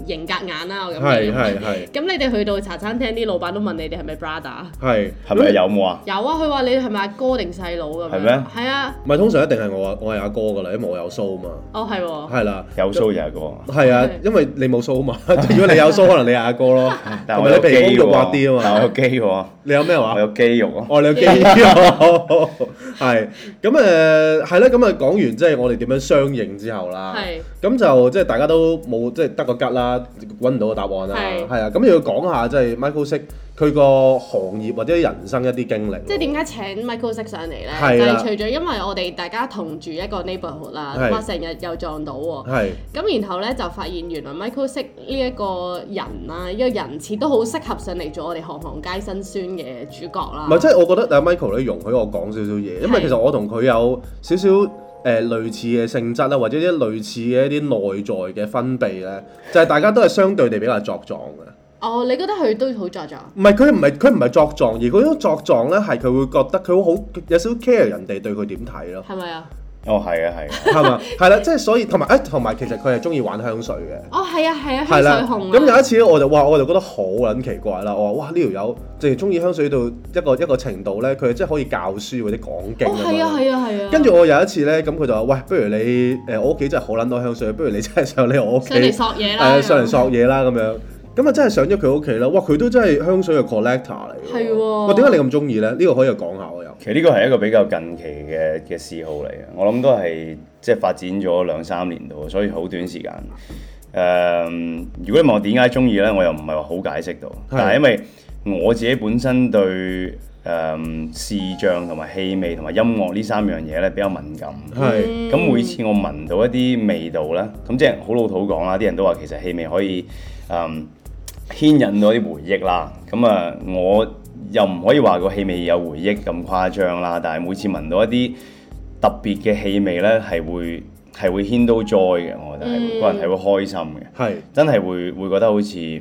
Speaker 3: 型格眼啦，我咁
Speaker 1: 係係
Speaker 3: 樣。
Speaker 1: 係
Speaker 3: 咁你哋去到茶餐廳，啲老闆都問你哋係咪 brother？啊
Speaker 1: 係，
Speaker 4: 係咪有冇啊？
Speaker 3: 有啊，佢話你係咪阿哥定細佬咁樣？
Speaker 4: 係咩
Speaker 3: 係啊，
Speaker 1: 唔係通常一定係我我係阿哥㗎啦，因為我有須嘛，
Speaker 3: 哦係喎，
Speaker 1: 係啦，
Speaker 4: 有 show 就係嗰個，
Speaker 1: 係啊，
Speaker 3: 係
Speaker 1: 因為你冇須嘛， [laughs] 如果你有須，可能你係阿哥咯，
Speaker 4: [laughs]
Speaker 1: 同
Speaker 4: 但係我
Speaker 1: 埋
Speaker 4: 有
Speaker 1: 你皮膚
Speaker 4: 肌
Speaker 1: 肉
Speaker 4: 肉
Speaker 1: 滑啲啊
Speaker 4: 但
Speaker 1: 嘛
Speaker 4: 我有。肌喎，
Speaker 1: 你有咩話
Speaker 4: 我？有肌肉啊。
Speaker 1: 我哋有肌
Speaker 3: 啊
Speaker 1: 肉， [laughs] 係咁誒，係啦，咁啊講完即係我哋點樣相應之後啦，
Speaker 3: 係
Speaker 1: 咁就即係大家都冇即係得個吉啦，揾唔到個答案啦
Speaker 3: 係，
Speaker 1: 係啊，咁又要講下即係 Michael 識佢個行業或者人生一啲經歷，
Speaker 3: 即係點解請 Michael 識上嚟咧？
Speaker 1: 係
Speaker 3: 就
Speaker 1: 啦
Speaker 3: 係除咗因為我哋大家同住一個 neighborhood 啦，
Speaker 1: 係
Speaker 3: 咁啊成日又撞到喎。
Speaker 1: 係
Speaker 3: 咁然後咧就發現原來 Michael 識呢一個人啦，呢、個人設都好適合上嚟做我哋行行皆辛酸嘅主角啦。
Speaker 1: 唔係即係我覺得阿 Michael 咧容許我講少少嘢，因為
Speaker 3: 係
Speaker 1: 其實我同佢有少少誒類似嘅性質啦，或者一啲類似嘅一啲內在嘅分泌咧，就係大家都係相對地比較作狀嘅。
Speaker 3: 哦，你覺得佢都好在狀？
Speaker 1: 唔係佢唔係佢唔係作狀，而佢嗰種作狀咧係佢會覺得佢好有少少 care 人哋對佢點睇咯，
Speaker 3: 係咪啊？
Speaker 4: 哦，係啊，係啊。
Speaker 1: 係
Speaker 3: [laughs]
Speaker 1: 嘛？係啦，即係所以同埋誒同埋其實佢係中意玩香水嘅。
Speaker 3: 哦，係啊，係啊，香
Speaker 1: 係
Speaker 3: 水
Speaker 1: 啦，
Speaker 3: 紅啊
Speaker 1: 咁有一次咧，我就哇，我就覺得好撚奇怪啦！我話哇，呢條友淨係中意香水到一個一個程度咧，佢真係可以教書或者講經
Speaker 3: 哦，
Speaker 1: 咁
Speaker 3: 係
Speaker 1: 樣
Speaker 3: 啊，。係啊，係啊。
Speaker 1: 跟住我有一次咧，咁佢就話：喂，不如你誒、呃我屋企真係好撚多香水，不如你真係上嚟我屋企
Speaker 3: 上嚟索嘢啦，
Speaker 1: 誒上嚟索嘢啦咁樣。咁啊真係上咗佢屋企啦，哇！佢都真係香水嘅 collector 嚟喎。
Speaker 3: 係喎
Speaker 1: 哇！點解你咁中意咧？呢、個可以講下我又。
Speaker 4: 其實呢個係一個比較近期嘅嘅嗜好嚟嘅，我諗都係即係發展咗兩三年度，所以好短時間。誒、如果你問我點解中意呢，我又唔係話好解釋到，但係因為我自己本身對誒、視像同埋氣味同埋音樂呢三樣嘢呢比較敏感。
Speaker 3: 嗯
Speaker 1: 係
Speaker 4: 咁每次我聞到一啲味道咧，咁即係好老土講啦，啲人都話其實氣味可以嗯牽引到啲回憶啦。咁啊，我又唔可以話個氣味有回憶咁誇張啦，但係每次聞到一啲特別嘅氣味咧，係會係會牽到 joy 嘅，我覺得係會個人係會開心嘅。
Speaker 1: 係
Speaker 4: 真係會會覺得好似誒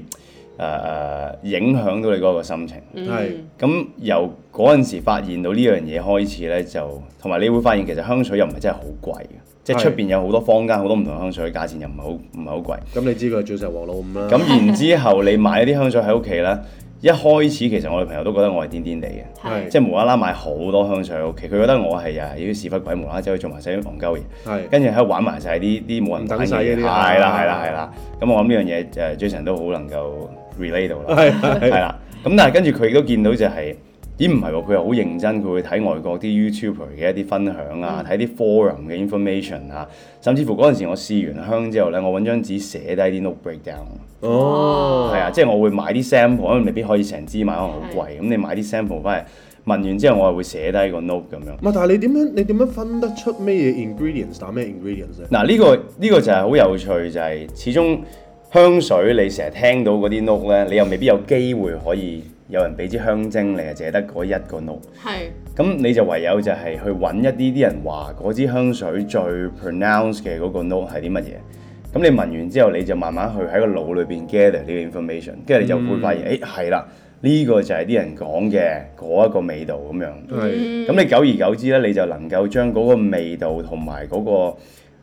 Speaker 4: 誒影響到你嗰個心情。
Speaker 3: 嗯
Speaker 1: 係
Speaker 4: 咁由嗰陣時發現到呢樣嘢開始呢，就同埋你會發現其實香水又唔係真係好貴嘅，即係
Speaker 1: 係
Speaker 4: 出邊有好多坊間好多唔同嘅香水，價錢又唔係好唔係好貴。
Speaker 1: 咁你知佢係鑽石王老五啦。
Speaker 4: 咁然之後你買啲香水喺屋企呢，一開始其實我女朋友都覺得我係癲癲地嘅。
Speaker 1: 係
Speaker 3: 係
Speaker 4: 即係無啦啦買好多香水喺屋企，佢覺得我係啊，啲屎忽鬼無啦啦走去做埋晒啲戇鳩嘢，
Speaker 1: 係
Speaker 4: 跟住喺度玩埋晒啲啲冇人
Speaker 1: 等
Speaker 4: 玩
Speaker 1: 使
Speaker 4: 嘅
Speaker 1: 嗰
Speaker 4: 嘢，
Speaker 1: 啲
Speaker 4: 係
Speaker 1: 啊
Speaker 4: 啦係啦係啦。咁我諗呢樣嘢誒 Jason 都好能夠 relate 到啦，
Speaker 1: 係係
Speaker 4: 係啦。咁但係跟住佢亦都見到就係、咦唔係喎，佢又好認真，佢會睇外國啲 YouTuber 嘅一啲分享
Speaker 1: 嗯
Speaker 4: 啊，睇啲 forum 嘅 information 啊，甚至乎嗰陣時我試完香之後咧，我揾張紙寫低啲 note breakdown。
Speaker 1: 哦
Speaker 4: 係啊，即係我會買啲 sample，因為未必可以成支買，可能好貴。咁你買啲 sample 翻嚟問完之後，我係會寫低個 note 咁樣。
Speaker 1: 唔係，但係你點樣你點樣分得出咩嘢 ingredients 打咩 ingredients 咧？
Speaker 4: 嗱，呢個呢個就係好有趣，就係始終香水你成日聽到嗰啲 note 咧，你又未必有機會可以有人俾支香精你，係淨係得嗰一個 note。
Speaker 3: 係
Speaker 4: 咁你就唯有就係去揾一啲啲人話嗰支香水最 pronounce 嘅嗰個 note 係啲乜嘢。咁你聞完之後，你就慢慢去喺個腦裏邊 gather 呢個 information，跟住你就會發現，誒係啦，呢、個就係啲人講嘅嗰一個味道咁樣。
Speaker 1: 係
Speaker 4: 咁你久而久之咧，你就能夠將嗰個味道同埋嗰個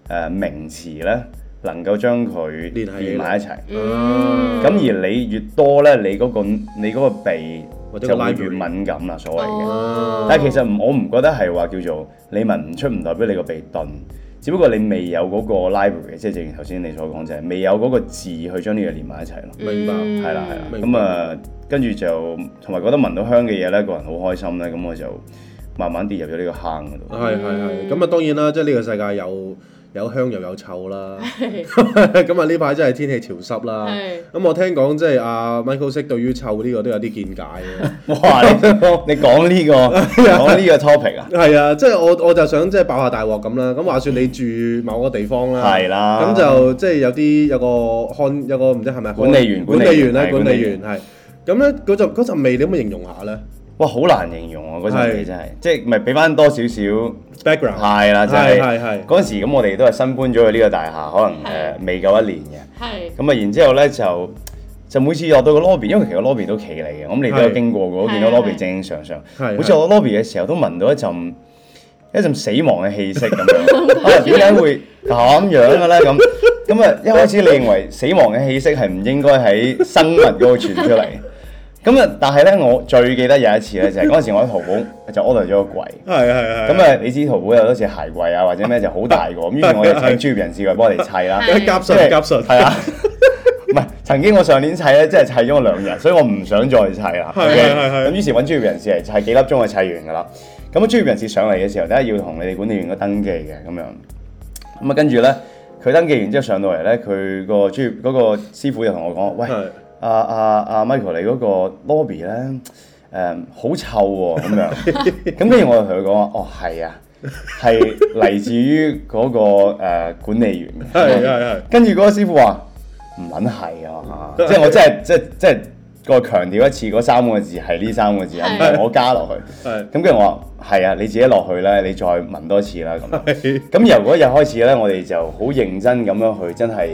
Speaker 4: 呃名詞咧，能夠將佢
Speaker 1: 連係起嚟
Speaker 3: 嗯
Speaker 4: 連埋一齊。咁、
Speaker 1: 啊
Speaker 4: 而你越多咧，你嗰、個你嗰個鼻
Speaker 1: 或者個
Speaker 4: 就會越
Speaker 1: library
Speaker 4: 敏感啦，所謂嘅。
Speaker 1: 啊
Speaker 3: 哦
Speaker 4: 但係其實唔我唔覺得係話叫做你文唔出唔代表你個鼻鈍，只不過你未有嗰個 library，即係正如頭先你所講就係未有嗰個字去將呢樣連埋一齊咯。
Speaker 1: 明白
Speaker 3: 嗯
Speaker 4: 係啦係啦，
Speaker 1: 明白
Speaker 4: 咁啊跟住就同埋覺得聞到香嘅嘢咧，個人好開心咧，咁我就慢慢跌入咗呢個坑嗰度。
Speaker 1: 係係
Speaker 3: 嗯
Speaker 1: 係，咁啊當然啦，即係呢個世界有有香又有臭啦。 [laughs] 咁啊呢排真係天氣潮濕啦。
Speaker 3: 係
Speaker 1: 咁我聽講即係阿 Michael 識對於臭呢個都有啲見解嘅。 [laughs]
Speaker 4: [laughs] 哇！你你講呢、個講呢個 topic 啊，
Speaker 1: 係啊，即係我我就想即係爆下大鑊咁啦。咁話說你住某個地方啦，
Speaker 4: 係啦
Speaker 1: 啊咁就即係有啲有個看有個唔知係咪
Speaker 4: 管理員
Speaker 1: 管理員咧，
Speaker 4: 管
Speaker 1: 管
Speaker 4: 理
Speaker 1: 理
Speaker 4: 員
Speaker 1: 員係。咁咧嗰陣嗰陣味你可唔可以形容下咧
Speaker 4: 哇！好難形容啊嗰陣
Speaker 1: 係
Speaker 4: 嘢真係，即係咪俾翻多少少係
Speaker 1: ？Background
Speaker 4: 啦，就係
Speaker 1: 係係
Speaker 4: 嗰陣時咁，我哋都係新搬咗去呢個大廈，可能誒、呃
Speaker 3: 係
Speaker 4: 未夠一年嘅。
Speaker 3: 係
Speaker 4: 咁啊，然之後咧就就每次落到個 lobby，因為其實個 lobby 都企嚟嘅，咁你都有
Speaker 1: 係
Speaker 4: 經過過，
Speaker 3: 係
Speaker 4: 見到
Speaker 3: 係
Speaker 4: lobby 正正常常。
Speaker 1: 係
Speaker 4: 每次落到 lobby 嘅時候，都聞到一陣一陣死亡嘅氣息咁
Speaker 1: [laughs]
Speaker 4: 樣。啊，點解會咁樣嘅咧？咁咁啊，一開始你認為死亡嘅氣息係唔應該喺生物嗰度傳出
Speaker 1: [laughs]
Speaker 4: 嚟。咁啊，但係咧，我最記得有一次咧，就係嗰陣時我喺淘寶就 order 咗個櫃。
Speaker 1: 係係係。
Speaker 4: 咁啊，你知淘寶有好多時鞋櫃啊，或者咩就好大個，咁於是我就
Speaker 1: [laughs]
Speaker 4: 請專業人士嚟幫我哋砌啦。
Speaker 3: 係
Speaker 1: 夾
Speaker 4: 即
Speaker 1: 實
Speaker 4: 係
Speaker 1: 夾實
Speaker 4: 係啊。 [laughs] 唔係，曾經我上年砌咧，真係砌咗我兩日，所以我唔想再砌啦。
Speaker 1: 係
Speaker 4: OK？
Speaker 1: 係係係
Speaker 4: 咁於是揾專業人士嚟砌幾粒鐘就砌完㗎啦。咁啊，專業人士上嚟嘅時候，第一要同你哋管理員個登記嘅咁樣。咁啊，跟住咧，佢登記完之後上到嚟咧，佢個專業嗰個師傅就同我講：，喂，
Speaker 1: 係
Speaker 4: 阿阿阿 Michael，你嗰個 lobby 咧，誒、好臭喎、咁
Speaker 1: [laughs]
Speaker 4: 樣。咁跟住我就同佢講話：，哦，係啊，係嚟自於嗰、個、誒管理員嘅。
Speaker 1: 係係係。
Speaker 4: 跟住嗰個師傅話唔撚係啊，即係我真係即係即係再強調一次嗰三個字係呢三個字啊，唔係我加落去。
Speaker 1: 係
Speaker 4: 咁跟住我話係啊，你自己落去咧，你再聞多次啦
Speaker 1: [laughs]
Speaker 4: 咁。咁由嗰日開始咧，我哋就好認真咁樣去，真係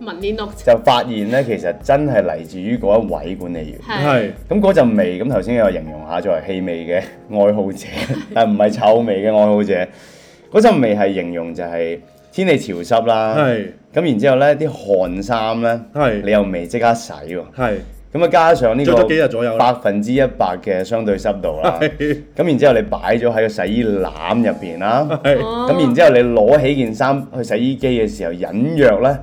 Speaker 3: 文年六
Speaker 4: 就發現咧，其實真係嚟自於嗰一位管理員。
Speaker 3: 係
Speaker 1: 係
Speaker 4: 咁嗰陣味，咁頭先有形容下作為氣味嘅愛好者， [laughs] 但唔係臭味嘅愛好者。嗰陣味係形容就係天氣潮濕啦，
Speaker 1: 係
Speaker 4: 咁然之後咧，啲汗衫咧，
Speaker 1: 係
Speaker 4: 你又未即刻洗喎，
Speaker 1: 係
Speaker 4: 咁啊加上呢
Speaker 1: 着
Speaker 4: 個
Speaker 1: 咗幾日左右啦
Speaker 4: 百分之一百嘅相對濕度啦，
Speaker 1: [laughs] 係
Speaker 4: 咁然之後你擺咗喺個洗衣籃入邊啦，
Speaker 1: 係
Speaker 3: 哦
Speaker 4: 咁然之後你攞起件衫去洗衣機嘅時候，隱約咧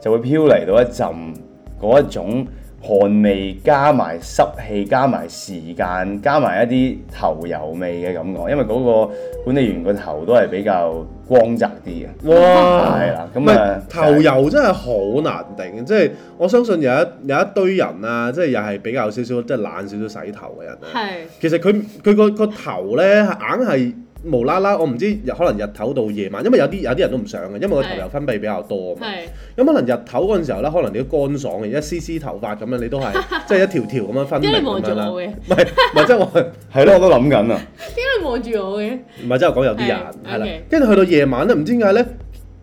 Speaker 4: 就會飄嚟到一陣嗰一種汗味，加埋濕氣，加埋時間，加埋一啲頭油味嘅感覺，因為嗰個管理員個頭都係比較光澤啲嘅，啊
Speaker 1: 哇！
Speaker 4: 係啦，
Speaker 1: 唔
Speaker 4: 咁啊
Speaker 1: 係頭油真係好難頂，即係我相信有一有一堆人啊，即係又係比較少少即係懶少少洗頭嘅人啊。
Speaker 3: 係
Speaker 1: 其實佢佢個個頭咧係硬係無啦啦，我唔知可能日頭到夜晚，因為有啲有啲人都唔想嘅，因為個頭
Speaker 3: 係
Speaker 1: 油分泌比較多啊嘛。
Speaker 3: 係
Speaker 1: 咁可能日頭嗰陣時候咧，可能你都乾爽嘅，一絲絲頭髮咁樣，你都係即係一條條咁樣分
Speaker 3: 點解
Speaker 1: 明
Speaker 3: 你望
Speaker 1: 咁
Speaker 3: 住
Speaker 1: 樣啦。
Speaker 3: 我
Speaker 1: 唔
Speaker 3: 嘅？
Speaker 1: 係唔係，即係我。
Speaker 4: 係咯，我都諗緊啊。
Speaker 3: 點解你望住我嘅？
Speaker 1: 唔係，即係我講有啲人
Speaker 3: 係
Speaker 1: 係啦
Speaker 3: OK，
Speaker 1: 跟住去到夜晚咧，唔知點解咧，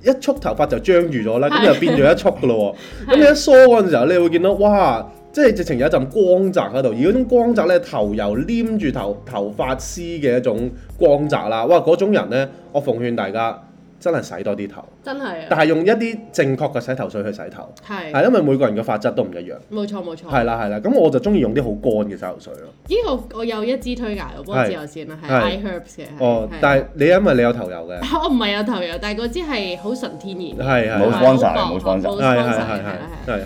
Speaker 1: 一束頭髮就張住咗啦，咁就變咗一束噶咯
Speaker 3: [laughs]
Speaker 1: 喎。咁你一梳嗰陣時候，你會見到哇，即係直情有一陣光澤喺度，而嗰種光澤咧，頭油黏住頭頭髮絲嘅一種光澤啦。哇，嗰種人咧，我奉勸大家真係洗多
Speaker 3: [laughs]
Speaker 1: 啲頭，
Speaker 3: 真係
Speaker 1: 但
Speaker 3: 啊，
Speaker 1: 係用一啲正確嘅洗頭水去洗頭，
Speaker 3: 係哦
Speaker 1: 係因為每個人嘅髮質都唔一樣。
Speaker 3: 冇錯冇錯。
Speaker 1: 係啦係啦，咁我就中意用啲好乾嘅洗頭水咯。
Speaker 3: 呢個我有一支推介，我幫
Speaker 1: 係
Speaker 3: 之後先啊啦，係
Speaker 1: 係
Speaker 3: iHerbs 嘅。係
Speaker 1: 哦
Speaker 3: 係，
Speaker 1: 但係你因為你有頭油嘅，
Speaker 3: [laughs] 我唔係有啊頭油，但係嗰支係好純天然嘅。
Speaker 1: 係係
Speaker 4: 冇
Speaker 1: 係
Speaker 4: sponsor，
Speaker 3: 好薄
Speaker 4: 冇 sponsor
Speaker 3: 冇 sponsor，
Speaker 1: 係係係
Speaker 3: 係啦係
Speaker 1: 係係係。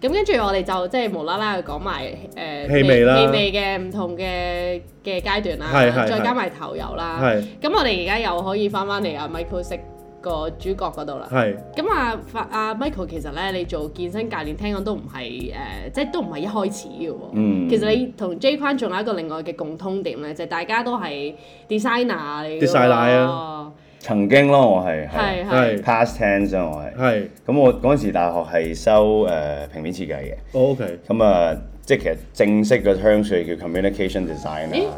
Speaker 3: 咁跟住我哋就即係無啦啦去講埋誒
Speaker 1: 氣味啦
Speaker 3: 氣味嘅唔同嘅嘅階段
Speaker 1: 係
Speaker 3: 啦，
Speaker 1: 係
Speaker 3: 再加埋頭油啦。
Speaker 1: 係
Speaker 3: 咁我哋而家又可以翻翻嚟阿 Michael 識個主角嗰度啦。
Speaker 1: 係
Speaker 3: 咁啊，發阿 Michael 其實咧，你做健身教練聽講都唔係誒，即係都唔係一開始嘅喎。
Speaker 4: 嗯
Speaker 3: 其實你同 J 框仲有一個另外嘅共通點咧，就係、大家都係 designer 嚟嘅喎。
Speaker 1: designer 啊
Speaker 4: 曾經咯，我係
Speaker 3: 係係
Speaker 1: 係
Speaker 4: past tense 啊，我係。
Speaker 1: 係
Speaker 4: 咁我嗰陣時大學係修誒、呃平面設計嘅，
Speaker 1: 哦，OK，
Speaker 4: 咁啊即係其實正式嘅 terms 係叫 communication design
Speaker 3: 咦
Speaker 4: 啦。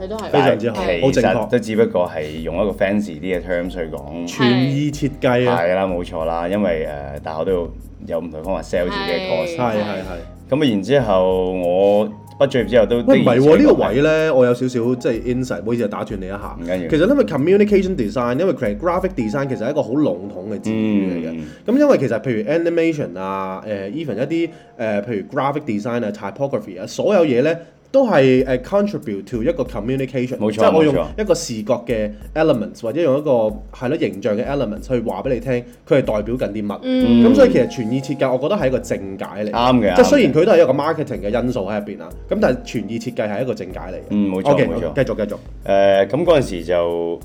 Speaker 3: 你都係
Speaker 1: 非常之好
Speaker 4: 但係
Speaker 1: 好
Speaker 4: 其
Speaker 1: 正
Speaker 4: 實
Speaker 1: 確
Speaker 4: 都只不過係用一個 fancy 啲嘅 terms 去講。
Speaker 1: 全意設計啊，
Speaker 4: 係啦，冇錯啦，因為誒、呃大學都要有唔同嘅方法 sell 自己嘅 course。
Speaker 1: 係係係。
Speaker 4: 咁啊，然之後我畢咗業之後都
Speaker 1: 喂，唔係喎，呢個位
Speaker 4: 咧，
Speaker 1: 咧，我有少少即係 insight，唔好意思，打斷你一下。
Speaker 4: 唔緊要
Speaker 1: 其實因為 communication design，因為其實 graphic design 其實係一個好籠統嘅字語嚟嘅。
Speaker 4: 嗯
Speaker 1: 咁因為其實譬如 animation 啊，誒、even 一啲誒、譬如 graphic design 啊、typography 啊，所有嘢咧都係誒 contribute to 一個 communication，
Speaker 4: 冇錯
Speaker 1: 即係我用
Speaker 4: 冇錯
Speaker 1: 一個視覺嘅 elements 或者用一個係咯形象嘅 elements 去話俾你聽，佢係代表緊啲乜。
Speaker 3: 嗯
Speaker 1: 咁所以其實傳意設計，我覺得係一個正解嚟。
Speaker 4: 啱嘅
Speaker 1: 即係
Speaker 4: 啱
Speaker 1: 雖然
Speaker 4: 嘅
Speaker 1: 佢都係一個 marketing 嘅因素喺入邊啦，咁但係傳意設計係一個正解嚟嘅。
Speaker 4: 嗯冇錯
Speaker 1: OK，
Speaker 4: 冇錯
Speaker 1: 繼續繼續。
Speaker 4: 誒咁嗰陣時就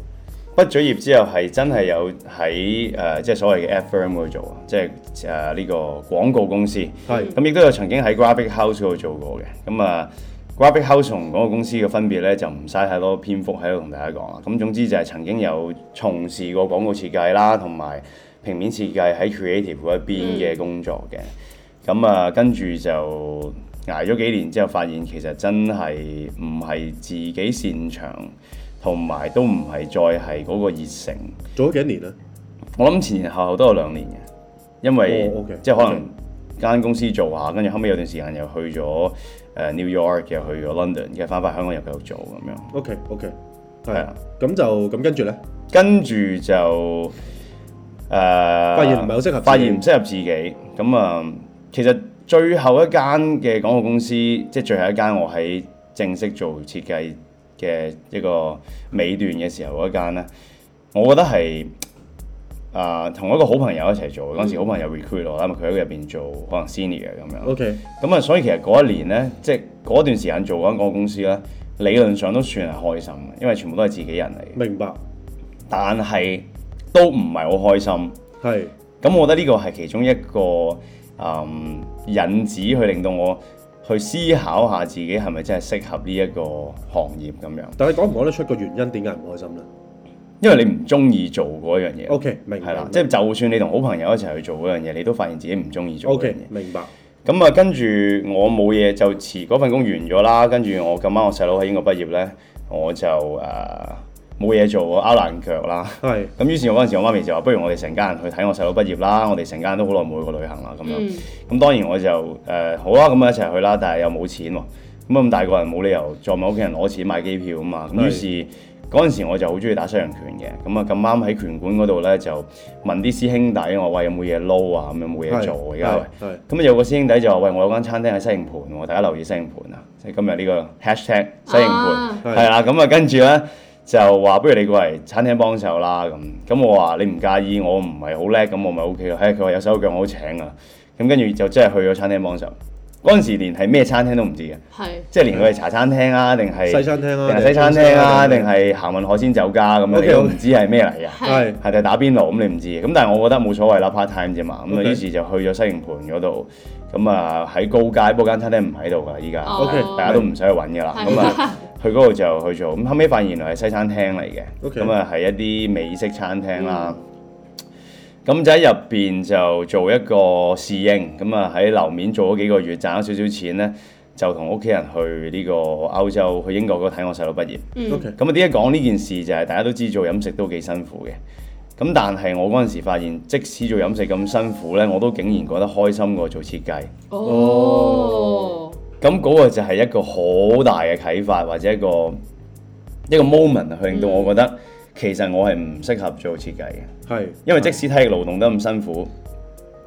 Speaker 4: 畢咗業之後係真係有喺誒、呃即係所謂嘅 ad firm 嗰度做啊，即係誒呢個廣告公司。
Speaker 1: 係
Speaker 4: 咁亦都有曾經喺 Graphic House 嗰度做過嘅。咁啊，Graphic House 同嗰個公司嘅分別咧，就唔嘥太多篇幅喺度同大家講啦。咁總之就係曾經有從事過廣告設計啦，同埋平面設計喺 creative 嗰一邊嘅工作嘅。咁啊，跟住就捱咗幾年之後，發現其實真係唔係自己擅長，同埋都唔係再係嗰個熱誠。
Speaker 1: 做咗幾多年啊？
Speaker 4: 我諗前前後後都有兩年嘅，因為、
Speaker 1: 哦，OK，
Speaker 4: 即係可
Speaker 1: OK
Speaker 4: 能間公司做下，跟住後尾有段時間又去咗誒、呃 New York，又去咗 London，跟住翻返香港又繼續做咁樣。
Speaker 1: OK OK，
Speaker 4: 係
Speaker 1: 係
Speaker 4: 啊
Speaker 1: 咁就咁跟住咧，
Speaker 4: 跟住就誒、呃、
Speaker 1: 發現唔係好適合自己
Speaker 4: 發現唔適合自己。咁啊、其實最後一間嘅廣告公司，即係最後一間我喺正式做設計嘅一個尾段嘅時候嗰一間咧，我覺得係。啊，同、一個好朋友一齊做，
Speaker 1: 嗯
Speaker 4: 嗰陣時好朋友 recruit 我啦，咁佢喺入邊做可能 senior 咁樣。
Speaker 1: OK
Speaker 4: 咁啊，所以其實嗰一年咧，即係嗰段時間做嗰間廣告公司咧，理論上都算係開心嘅，因為全部都係自己人嚟嘅。
Speaker 1: 明白，
Speaker 4: 但係都唔係好開心。
Speaker 1: 係
Speaker 4: 咁我覺得呢個係其中一個嗯引子，去令到我去思考下自己係咪真係適合呢一個行業咁樣。
Speaker 1: 但係講唔講得出個原因點解唔開心咧
Speaker 4: 因為你唔中意做嗰樣嘢，
Speaker 1: ？OK 明
Speaker 4: 係
Speaker 1: 白，
Speaker 4: 啦
Speaker 1: 明，
Speaker 4: 即係就算你同好朋友一齊去做嗰樣嘢，你都發現自己唔中意做嗰樣
Speaker 1: OK
Speaker 4: 嘢。
Speaker 1: 明白，
Speaker 4: 咁啊，跟住我冇嘢就辭嗰份工完咗啦。跟住我咁啱我細佬喺英國畢業呢，我就誒呃冇嘢做，我拗爛腳啦。
Speaker 1: 係
Speaker 4: 咁於是我嗰陣時，我媽咪就話：不如我哋成家人去睇我細佬畢業啦！我哋成家人都好耐冇去過旅行啦，咁樣。
Speaker 1: 嗯
Speaker 4: 咁、當然我就誒、呃好啦，咁啊一齊去啦，但係又冇錢喎。咁咁大個人冇理由再問屋企人攞錢買機票啊嘛。咁於是嗰陣時我就好中意打西洋拳嘅。咁啊咁啱喺拳館嗰度咧就問啲師兄弟，我話有冇嘢撈啊？咁樣冇嘢
Speaker 1: 係
Speaker 4: 做而家喂。
Speaker 1: 係
Speaker 4: 咁啊有個師兄弟就話：喂，我有間餐廳喺西營盤喎，大家留意西營盤啊！即係今日呢個 hashtag 西營
Speaker 3: 啊
Speaker 4: 盤
Speaker 1: 係
Speaker 4: 係啦。咁啊，跟住咧就話不如你過嚟啊餐廳幫手啦咁。咁我話你唔介意，我唔係好叻，咁我咪 OK 咯。唉，佢話有手有腳，我好請啊。咁跟住就真係去咗餐廳幫手。嗰陣時連係咩餐廳都唔知嘅，
Speaker 3: 係
Speaker 4: 即係連佢係茶餐廳啊，定係
Speaker 1: 西餐廳啊
Speaker 4: 定係西餐廳啊，
Speaker 1: 定係
Speaker 4: 定係行運海鮮酒家咁樣，
Speaker 1: OK，
Speaker 4: 你都唔
Speaker 1: OK
Speaker 4: 知係咩嚟啊嘅。
Speaker 1: 係
Speaker 3: 係
Speaker 4: 係定打邊爐咁你唔知嘅，咁但係我覺得冇所謂啦，part time 啫嘛，咁啊
Speaker 1: OK
Speaker 4: 於是就去咗西營盤嗰度，咁啊喺高街，不過間餐廳唔喺度噶依家，
Speaker 3: 哦
Speaker 1: OK，
Speaker 4: 大家都唔使去揾噶啦，
Speaker 3: 係
Speaker 4: 咁啊去嗰度就去做，咁後尾發現原來係西餐廳嚟嘅，
Speaker 1: OK 嗯
Speaker 4: 咁啊係一啲美式餐廳啦，咁就喺入邊就做一個侍應，咁啊喺樓面做咗幾個月，賺咗少少錢咧，就同屋企人去呢個歐洲去英國嗰度睇我細佬畢業。
Speaker 3: 嗯
Speaker 1: OK
Speaker 4: 咁啊，點解講呢件事就係大家都知做飲食都幾辛苦嘅。咁但係我嗰陣時發現，即使做飲食咁辛苦呢，我都竟然覺得開心過做設計。
Speaker 3: 哦，
Speaker 4: 咁嗰個就係一個好大嘅啟發，或者一個一個 moment 去令到我覺得其實我係唔適合做設計嘅，
Speaker 1: 係，
Speaker 4: 因為即使體力勞動得咁辛苦，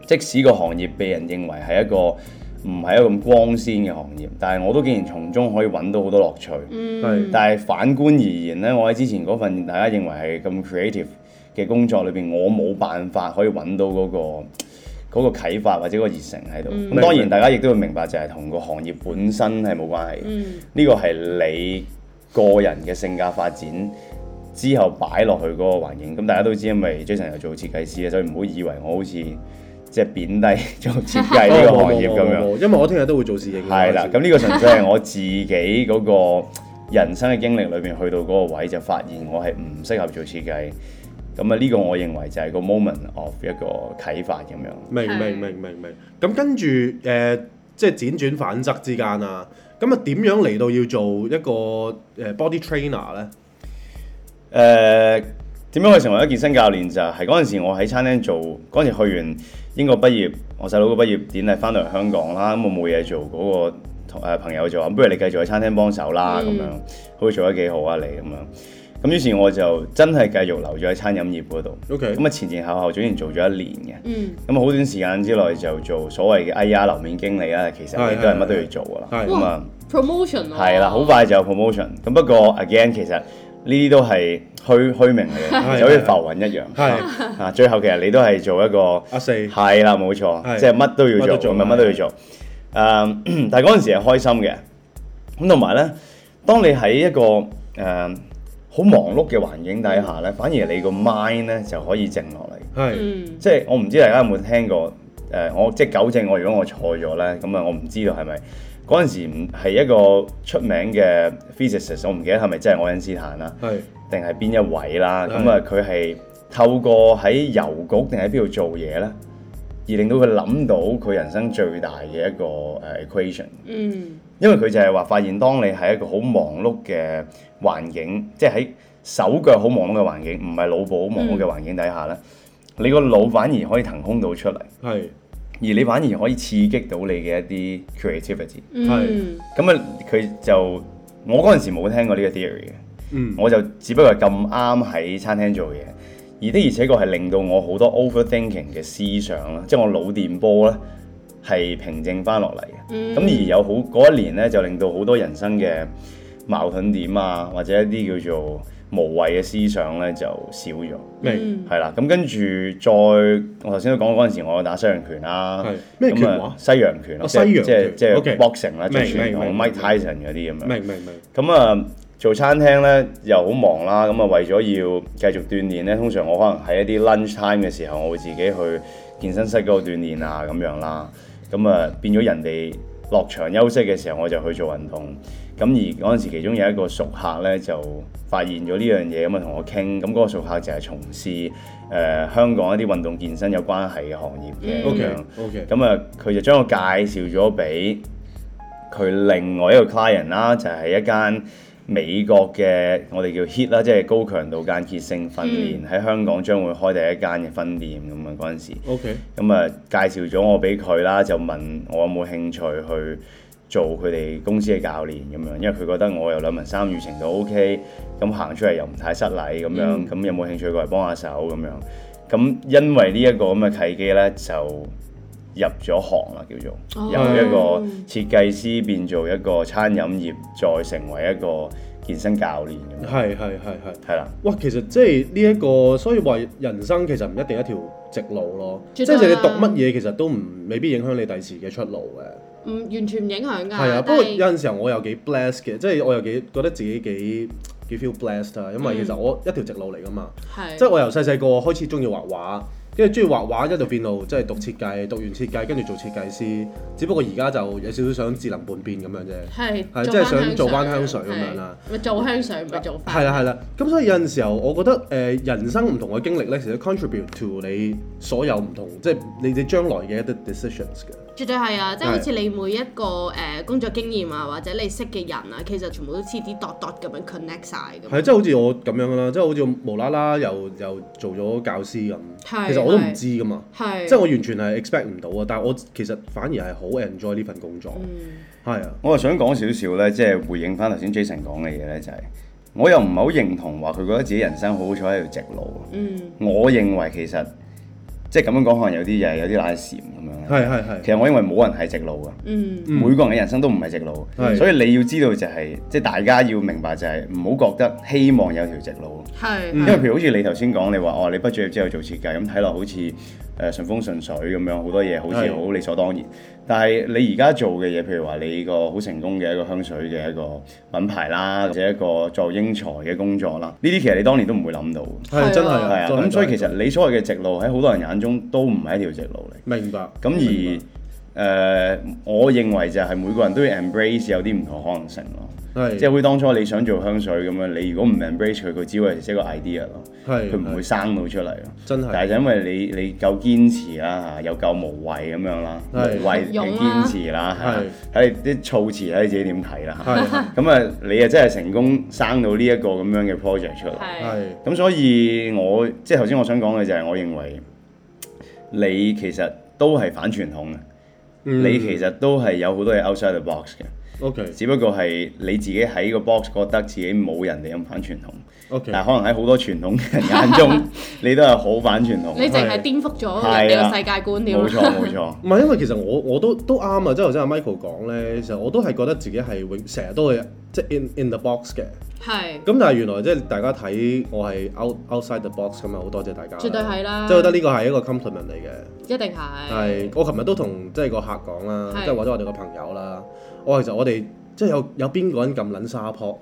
Speaker 4: 即使個行業被人認為係一個唔係一個咁光鮮嘅行業，但係我都竟然從中可以揾到好多樂趣。
Speaker 1: 係
Speaker 4: 但係反觀而言咧，我喺之前嗰份大家認為係咁 creative 嘅工作裏邊，我冇辦法可以揾到嗰、個嗰個啟發或者個熱誠喺度。咁、
Speaker 1: 明
Speaker 4: 當
Speaker 1: 明
Speaker 4: 然大家亦都會明白就係同個行業本身係冇關係嘅。呢個係你個人嘅性格發展之後擺落去嗰個環境。咁大家都知，因為 Jason 又做設計師啊，所以唔好以為我好似即係貶低做設計呢個行業咁樣。
Speaker 1: 樣，因為我聽日都會做侍應嘅。
Speaker 4: 係啦，咁呢個純粹係我自己嗰個人生嘅經歷裏面去到嗰個位，就發現我係唔適合做設計。咁啊，呢個我認為就係個 moment of 一個啟發咁樣。
Speaker 1: 明
Speaker 3: 係
Speaker 1: 明明明明，咁跟住誒、呃即係輾轉反側之間啊，咁啊點樣嚟到要做一個誒 body trainer 咧？
Speaker 4: 誒、呃點樣去成為一健身教練就係嗰陣時我喺餐廳做，嗰陣時去完英國畢業，我細佬個畢業典禮翻到嚟香港
Speaker 1: 嗯
Speaker 4: 啦，咁我冇嘢做，嗰、個同誒朋友就話，不如你繼續喺餐廳幫手啦，咁、
Speaker 3: 嗯
Speaker 4: 樣好似做得幾好啊你咁樣。咁於是我就真係繼續留咗喺餐飲業嗰度。
Speaker 1: OK
Speaker 4: 咁啊前前後後總然做咗一年
Speaker 3: 嗯，
Speaker 4: 嘅，咁啊好短時間之內就做所謂嘅 I E R 樓面經理啦，其實
Speaker 1: 係
Speaker 4: 你都係
Speaker 1: 係
Speaker 4: 乜都要做噶啦。
Speaker 1: 係
Speaker 4: 咁啊，
Speaker 3: promotion 喎
Speaker 4: 係啦，好快就有 promotion。咁不過 again 其實呢啲都係虛虛名嚟
Speaker 1: 係
Speaker 4: 嘅，就好似浮雲
Speaker 1: [laughs]
Speaker 4: 一樣。
Speaker 1: 係
Speaker 4: 啊，最後其實你都係做一個
Speaker 1: 阿四
Speaker 3: 嗯
Speaker 4: 係啦，
Speaker 1: 係
Speaker 4: 冇錯，即係乜都
Speaker 1: 乜都
Speaker 4: 要
Speaker 1: 做
Speaker 4: 做，咁樣乜都要做。誒、嗯 [clears throat] 但係嗰陣時係開心嘅。咁同埋咧，當你喺一個誒好、忙碌嘅環境底下咧，反而你個 mind 咧就可以靜落嚟。
Speaker 1: 係
Speaker 3: 嗯
Speaker 4: 即係我唔知大家有冇聽過誒、我即係糾正我，如果我錯咗咧，咁啊，我唔知道係咪嗰陣時唔係一個出名嘅 physicist，我唔記得係咪真係愛因斯坦啦。
Speaker 3: 嗯
Speaker 1: 係
Speaker 4: 定係邊一位啦？
Speaker 1: 係
Speaker 4: 咁啊，佢係透過喺郵局定喺邊度做嘢咧，而令到佢諗到佢人生最大嘅一個誒 equation。
Speaker 3: 嗯
Speaker 4: 因為佢就係話發現，當你喺一個好忙碌嘅環境，即係喺手腳好忙碌嘅環境，唔係腦部好忙碌嘅環境底下咧，你個腦反而可以騰空到出嚟，而
Speaker 1: 係
Speaker 4: 你反而可以刺激到你嘅一啲 creativity。
Speaker 3: 嗯
Speaker 4: 咁啊，佢就我嗰陣時冇聽過呢個 theory 嘅。
Speaker 1: 嗯
Speaker 4: 我就只不過係咁啱喺餐廳做嘢，而的而且確係令到我好多 overthinking 嘅思想啦，即係我腦電波咧係平靜翻落嚟嘅。咁、而有好嗰一年咧，就令到好多人生嘅矛盾點啊，或者一啲叫做無謂嘅思想咧就少咗。
Speaker 1: 明
Speaker 4: 係啦，咁跟住再，我頭先都講嗰陣時，我打西洋拳啦
Speaker 1: 係，咩拳
Speaker 4: 咁
Speaker 1: 話
Speaker 4: 啊？西洋拳
Speaker 1: 哦
Speaker 4: 咯，即係
Speaker 1: 西洋
Speaker 4: 即係
Speaker 1: 拳
Speaker 4: 即係
Speaker 1: OK
Speaker 4: boxing 啦，
Speaker 1: 明
Speaker 4: 最傳
Speaker 1: 明
Speaker 4: 統
Speaker 1: 明
Speaker 4: Mike Tyson 嗰啲咁
Speaker 3: 嗯
Speaker 4: 樣。
Speaker 1: 明明明
Speaker 4: 咁啊，做餐廳咧又好忙啦，咁啊為咗要繼續鍛鍊咧，通常我可能喺一啲 lunch time 嘅時候，我會自己去健身室嗰度鍛鍊啊咁樣啦。咁啊變咗人哋落場休息嘅時候，我就去做運動。咁而嗰陣時，其中有一個熟客咧就發現咗呢樣嘢，咁啊同我傾。咁嗰個熟客就係從事誒、呃香港一啲運動健身有關係嘅行業嘅咁樣。
Speaker 1: 嗯
Speaker 3: 嗯
Speaker 1: OK OK
Speaker 4: 咁啊，佢就將我介紹咗俾佢另外一個 client 啦，就係、一間美國嘅我哋叫 HIT 啦，即係高強度間歇性訓練，喺、香港將會開第一間嘅分店咁啊嗰陣時，
Speaker 1: OK
Speaker 4: 咁啊介紹咗我俾佢啦，就問我有冇興趣去做佢哋公司嘅教練咁樣，因為佢覺得我有兩文三語程度 OK，咁行出嚟又唔太失禮咁樣，咁、有冇興趣過嚟幫下手咁樣？咁因為呢一個咁嘅契機呢，就入咗行啦，叫做。
Speaker 3: 哦
Speaker 4: 由一個設計師變做一個餐飲業，再成為一個健身教練咁樣，
Speaker 1: 係係係係。
Speaker 4: 係啦，
Speaker 1: 哇，其實即係呢一個，所以話人生其實唔一定一條直路咯，即
Speaker 3: 絕對
Speaker 1: 係你讀
Speaker 3: 啊
Speaker 1: 乜嘢其實都唔未必影響你第時嘅出路嘅。
Speaker 3: 唔完全唔影響㗎，
Speaker 1: 係啊，
Speaker 3: 但
Speaker 1: 不過
Speaker 3: 係
Speaker 1: 有陣時候我又幾 blessed 嘅，即係我又幾覺得自己幾幾 feel blessed 啊，因為其實我一條直路嚟噶嘛，
Speaker 3: 嗯係
Speaker 1: 即係我由細細個開始中意畫畫，跟住中意畫畫一路變到即係讀設計，讀完設計跟住做設計師，只不過而家就有少少想智能半變咁樣啫。
Speaker 3: 係
Speaker 1: 係
Speaker 3: 做
Speaker 1: 即係
Speaker 3: 返
Speaker 1: 想
Speaker 3: 香
Speaker 1: 做返
Speaker 3: 水
Speaker 1: 香水咁
Speaker 3: 係
Speaker 1: 樣啦，
Speaker 3: 咪做香水唔係做
Speaker 1: 係
Speaker 3: 飯，
Speaker 1: 啦係啦，咁所以有陣時候，我覺得誒、呃人生唔同嘅經歷咧，其實 contribute to 你所有唔同，即係你哋將來嘅一啲 decisions 嘅。
Speaker 3: 絕對係啊！即係好
Speaker 1: 係
Speaker 3: 似你每一個誒、呃工作經驗啊，或者你識嘅人啊，其實全部都黐啲 dot dot 咁樣 connect 晒咁。
Speaker 1: 係即係好似我咁樣啦，即係好似無啦啦又又做咗教師咁，
Speaker 3: 係
Speaker 1: 其實我都唔
Speaker 3: 係
Speaker 1: 知噶嘛，
Speaker 3: 係
Speaker 1: 即係我完全係 expect 唔到啊！但係我其實反而係好 enjoy 呢份工作，
Speaker 3: 嗯
Speaker 1: 係啊，
Speaker 4: 我又想講少少咧，即係回應翻頭先 Jason 講嘅嘢咧，就係、我又唔係好認同話佢覺得自己人生好好彩喺條直路。
Speaker 3: 嗯
Speaker 4: 我認為其實即係咁樣講，可能有啲嘢有啲拉蟬咁樣啦。
Speaker 1: 係係係
Speaker 4: 其實我認為冇人係直路嘅。
Speaker 3: 嗯
Speaker 1: 嗯
Speaker 4: 每個人嘅人生都唔係直路
Speaker 1: 係，
Speaker 4: 所以你要知道就係、即係大家要明白就係唔好覺得希望有條直路。
Speaker 3: 係
Speaker 1: 嗯
Speaker 4: 因為譬如好似你頭先講，你話哦，你畢咗業之後做設計，咁睇落好似誒、呃、順風順水咁樣，好多嘢好似
Speaker 1: 係
Speaker 4: 好理所當然。但係你而家做嘅嘢，譬如話你個好成功嘅一個香水嘅一個品牌
Speaker 1: 嗯
Speaker 4: 啦，或者一個做英才嘅工作啦，呢啲其實你當年都唔會諗到嘅。
Speaker 1: 係真係
Speaker 4: 係啊，
Speaker 1: 真係
Speaker 4: 咁所以
Speaker 1: 真係
Speaker 4: 其實你所謂嘅直路喺好多人眼中都唔係一條直路嚟。
Speaker 1: 明白。
Speaker 4: 咁而誒、呃我認為就係每個人都要 embrace 有啲唔同可能性咯。
Speaker 1: 而
Speaker 4: 即係
Speaker 1: 係
Speaker 4: 會當初你想做香水咁樣，你如果唔 embrace 佢，佢只會係一個 idea 咯。
Speaker 1: 係
Speaker 4: 佢唔會
Speaker 1: 係
Speaker 4: 生到出嚟咯。
Speaker 1: 真係
Speaker 4: 但係就因為你你夠堅持啦嚇，又夠無謂咁樣啦，無
Speaker 1: 係
Speaker 4: 謂嘅堅持啦
Speaker 1: 係
Speaker 4: 嚇，睇你啲措辭睇你自己點睇啦嚇。
Speaker 1: 係係
Speaker 4: 咁啊，你啊真係成功生到呢一個咁樣嘅 project 出
Speaker 3: [laughs]
Speaker 4: 嚟。
Speaker 3: 係
Speaker 1: 係
Speaker 4: 咁所以我即係頭先我想講嘅就係，我認為你其實都係反傳統嘅，
Speaker 1: 嗯
Speaker 4: 你其實都係有好多嘢 outside the box 嘅。
Speaker 1: OK
Speaker 4: 只不過係你自己喺個 box 覺得自己冇人哋咁反傳統，
Speaker 1: OK，
Speaker 4: 但係可能喺好多傳統嘅人眼
Speaker 3: [laughs]
Speaker 4: 中，你都係好反傳統。啊
Speaker 3: 你淨係顛覆咗人哋個世界觀啊了。
Speaker 4: 冇錯冇錯，
Speaker 1: 唔係因為其實我我都都啱啊，即係頭先阿 Michael 講咧，其實我都係覺得自己係永成日都係即係 in in the box 嘅。
Speaker 3: [laughs] 係
Speaker 1: 咁但係原來即係大家睇我係 out outside the box 咁啊，好多謝大家。
Speaker 3: 絕對係啦
Speaker 1: 即係覺得呢個係一個 compliment 嚟嘅。
Speaker 3: 一定係。
Speaker 1: 係，我琴日都同即係個客講啦，
Speaker 3: 係
Speaker 1: 即係或者我哋個朋友啦，我其實我哋即係有有邊個人咁撚沙坡，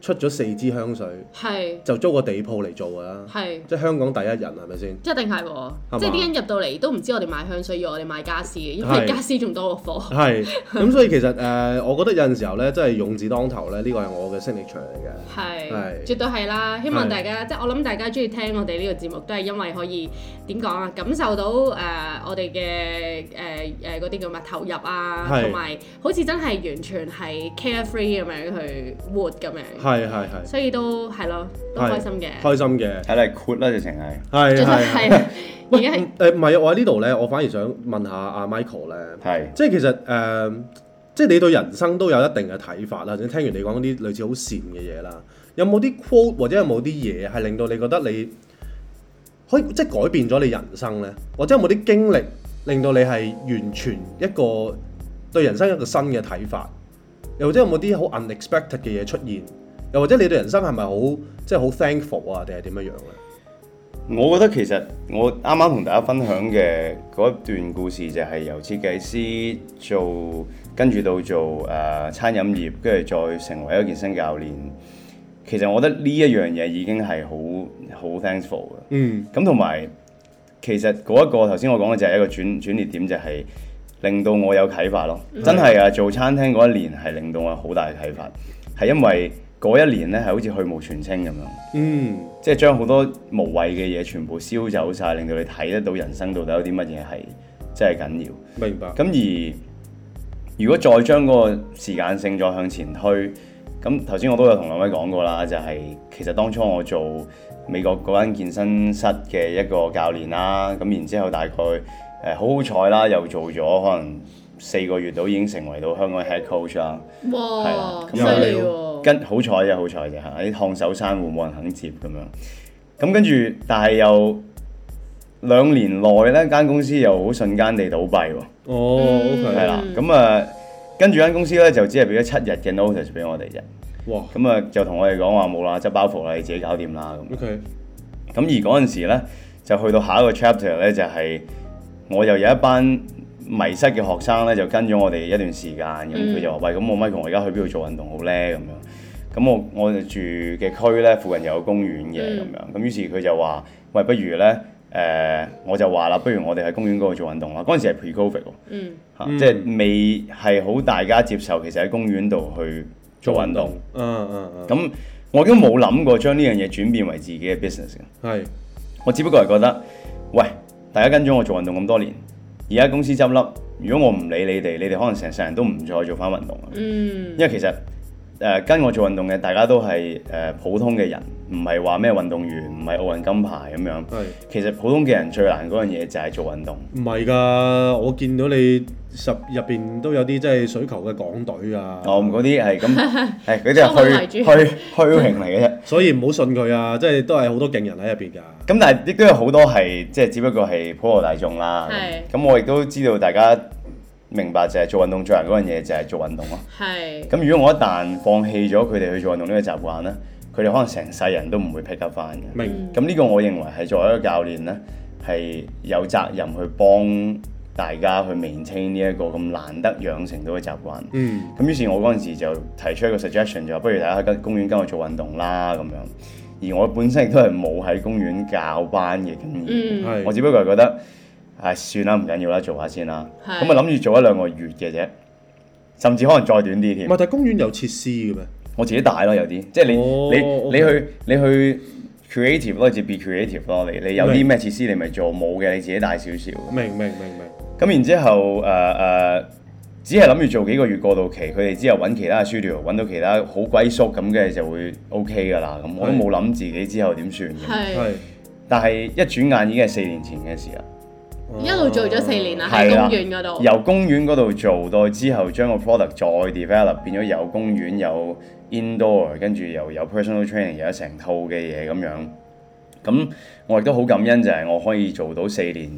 Speaker 1: 出咗四支香水
Speaker 3: 係
Speaker 1: 就租個地鋪嚟做㗎啦，
Speaker 3: 係
Speaker 1: 即係香港第一人係咪先？
Speaker 3: 一定係喎，
Speaker 1: 嘛
Speaker 3: 即係啲人入到嚟都唔知我哋賣香水，以為我哋賣家私嘅，因為
Speaker 1: 係
Speaker 3: 家私仲多過貨。
Speaker 1: 係，咁所以
Speaker 3: [laughs]
Speaker 1: 其實誒、呃我覺得有陣時候咧，真係勇字當頭咧，呢個係我嘅 signature 嚟嘅。
Speaker 3: 係
Speaker 1: 係，
Speaker 3: 絕對係啦！希望
Speaker 1: 係
Speaker 3: 大家即係我諗大家中意聽我哋呢個節目，都係因為可以點講啊，感受到誒、呃我哋嘅誒誒嗰啲叫咩投入啊，
Speaker 1: 係
Speaker 3: 同埋好似真係完全係 carefree 咁樣去活咁樣，
Speaker 1: 係係係，
Speaker 3: 所以都係咯，都
Speaker 1: 係
Speaker 3: 開心嘅。
Speaker 1: 開心嘅，
Speaker 4: 睇你闊啦，直情係。
Speaker 1: 係
Speaker 3: 絕對
Speaker 1: 係。
Speaker 3: 係， [laughs] 而
Speaker 1: 喂，
Speaker 3: 家係
Speaker 1: 唔誒唔係啊，我喺呢度咧，我反而想問下阿 Michael 咧，
Speaker 4: 係
Speaker 1: 即係其實誒、呃即係你對人生都有一定嘅睇法啦。或者聽完你講啲類似好善嘅嘢啦，有冇啲 quote 或者有冇啲嘢係令到你覺得你可以即係改變咗你人生咧？或者有冇啲經歷令到你係完全一個對人生一個新嘅睇法？又或者有冇啲好 unexpected 嘅嘢出現？又或者你對人生係咪好即係好 thankful 啊？定係點樣樣咧？
Speaker 4: 我覺得其實我啱啱同大家分享嘅嗰一段故事就係由設計師做，跟住到做誒、呃餐飲業，跟住再成為一個健身教練。其實我覺得呢一樣嘢已經係好好 thankful 嘅。
Speaker 1: 嗯，
Speaker 4: 咁同埋其實嗰一個頭先我講嘅就係一個轉轉捩點，就係、令到我有啟發咯。真係啊，做餐廳嗰一年係令到我有好大嘅啟發，係因為嗰一年呢係好似去無全清咁樣。
Speaker 1: 嗯，
Speaker 4: 即係將好多無謂嘅嘢全部燒走晒，令到你睇得到人生到底有啲乜嘢係真係緊要。
Speaker 1: 明白。
Speaker 4: 咁而如果再將嗰個時間性再向前推，咁頭先我都有同兩位講過啦，就係、其實當初我做美國嗰間健身室嘅一個教練啦，咁然之後大概誒、呃好好彩啦，又做咗可能四個月到已經成為到香港嘅 head coach 啦。係
Speaker 3: 哇
Speaker 1: 啊
Speaker 4: 啦，咁
Speaker 3: 犀
Speaker 4: 又
Speaker 3: 利喎！
Speaker 4: 跟好彩啫，好彩啫嚇！啲燙手山芋冇人肯接咁樣。咁跟住，但係又兩年內呢間公司又好瞬間地倒閉喎，
Speaker 1: 哦，OK，
Speaker 4: 係啦。咁啊，跟住間公司呢，就只係俾咗七日嘅 notice 俾我哋啫。
Speaker 1: 哇
Speaker 4: 咁啊，就同我哋講話冇啦，執包袱啦，你自己搞掂啦咁。
Speaker 1: ，OK，
Speaker 4: 咁而嗰陣時呢，就去到下一個 chapter 呢，就係、我又有一班迷失嘅學生呢，就跟咗我哋一段時間，咁佢、就話：喂，咁我 Michael，我而家去邊度做運動好呢？」咁樣，咁我我哋住嘅區呢，附近有個公園嘅咁樣，咁於是佢就話：喂，不如呢，誒、我就話啦，不如我哋喺公園嗰度做運動啦。嗰陣時係 pre-covid 喎。
Speaker 3: 嗯，
Speaker 4: 嚇
Speaker 1: 嗯
Speaker 4: 即係未係好大家接受，其實喺公園度去做運動。，
Speaker 1: 嗯嗯嗯，
Speaker 4: 咁我已經冇諗過將呢樣嘢轉變為自己嘅 business 嘅
Speaker 1: 係
Speaker 4: 我只不過係覺得，喂，大家跟咗我做運動咁多年，而家公司執笠，如果我唔理你哋，你哋可能成世人都唔再做翻運動啦。啊
Speaker 3: 嗯，
Speaker 4: 因為其實誒、呃跟我做運動嘅大家都係誒、呃普通嘅人，唔係話咩運動員，唔係奧運金牌咁樣。
Speaker 1: 係，
Speaker 4: 其實普通嘅人最難嗰樣嘢就係做運動。
Speaker 1: 唔係㗎，我見到你十入邊都有啲即係水球嘅港隊啊，
Speaker 4: 我哦唔嗰啲係咁，係嗰
Speaker 3: 裝扮為
Speaker 4: 啲係
Speaker 3: 主
Speaker 4: 虛虛虛榮嚟嘅啫。
Speaker 1: 所以唔好信佢啊，即係都係好多勁人喺入邊㗎，
Speaker 4: 咁但係亦都有好多係即係只不過係普羅大眾啦。
Speaker 3: 係
Speaker 4: 咁我亦都知道大家明白就係做運動最難嗰樣嘢就係做運動咯。
Speaker 3: 係
Speaker 4: 咁如果我一旦放棄咗佢哋去做運動呢個習慣呢，佢哋可能成世人都唔會 pick up 翻嘅。
Speaker 1: 明，
Speaker 4: 咁呢個我認為係作為一個教練呢，係有責任去幫大家去 maintain 呢一個咁難得養成到嘅習慣。
Speaker 1: 嗯，
Speaker 4: 咁於是，我嗰陣時就提出一個 suggestion，就話不如大家喺公園跟我做運動啦咁樣。而我本身亦都係冇喺公園教班嘅經驗，
Speaker 3: 嗯
Speaker 4: 我
Speaker 1: 係，
Speaker 4: 只不過係覺得，唉、算啦，唔緊要啦，做下先啦。
Speaker 3: 係
Speaker 4: 咁啊諗住做一兩個月嘅啫，甚至可能再短啲
Speaker 1: 唔
Speaker 4: 添
Speaker 1: 係。但係公園有設施嘅咩？
Speaker 4: 我自己帶咯，有啲即係你、
Speaker 1: 哦 OK
Speaker 4: 你你去你去 creative 咯，你就 be creative 咯。你你有啲咩設施你咪做，冇嘅你自己帶少少。
Speaker 1: 明明明明，
Speaker 4: 咁然之後誒誒、呃呃只係諗住做幾個月過渡期，佢哋之後揾其他嘅 studio，揾到其他好歸宿咁嘅就會 OK 㗎啦。咁我都
Speaker 1: 係
Speaker 4: 冇諗自己之後點算嘅。
Speaker 3: 係
Speaker 1: 係
Speaker 4: 但係一轉眼已經係四年前嘅事啦。
Speaker 3: 一路做咗四年啦，喺
Speaker 1: 啊
Speaker 4: 係啦
Speaker 3: 公園嗰度。
Speaker 4: 由公園嗰度做到之後，將個 product 再 develop 變咗有公園有 indoor，跟住又有 personal training，有一成套嘅嘢咁樣。咁我亦都好感恩就係我可以做到四年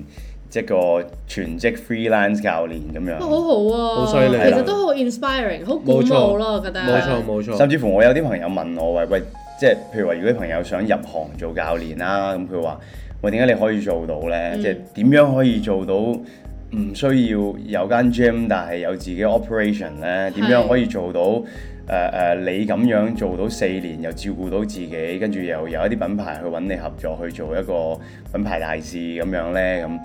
Speaker 4: 即個全職 freelance 教練咁
Speaker 3: 哇
Speaker 4: 樣。
Speaker 3: 好好喎，
Speaker 1: 好犀利
Speaker 4: 啊
Speaker 3: 其實都好 inspiring，好鼓
Speaker 1: 冇錯
Speaker 3: 舞咯，我覺得。
Speaker 1: 冇錯冇
Speaker 3: 哦
Speaker 1: 錯
Speaker 4: 甚，至乎我有啲朋友問我喂喂，即係譬如話，如果啲朋友想入行做教練啦，咁佢話喂點解你可以做到呢？
Speaker 3: 嗯
Speaker 4: 即係點樣可以做到唔需要有間 gym，但係有自己 operation 呢？點樣可以做到誒誒、呃呃你咁樣做到四年又照顧到自己，跟住又有一啲品牌去揾你合作去做一個品牌大使咁樣呢？咁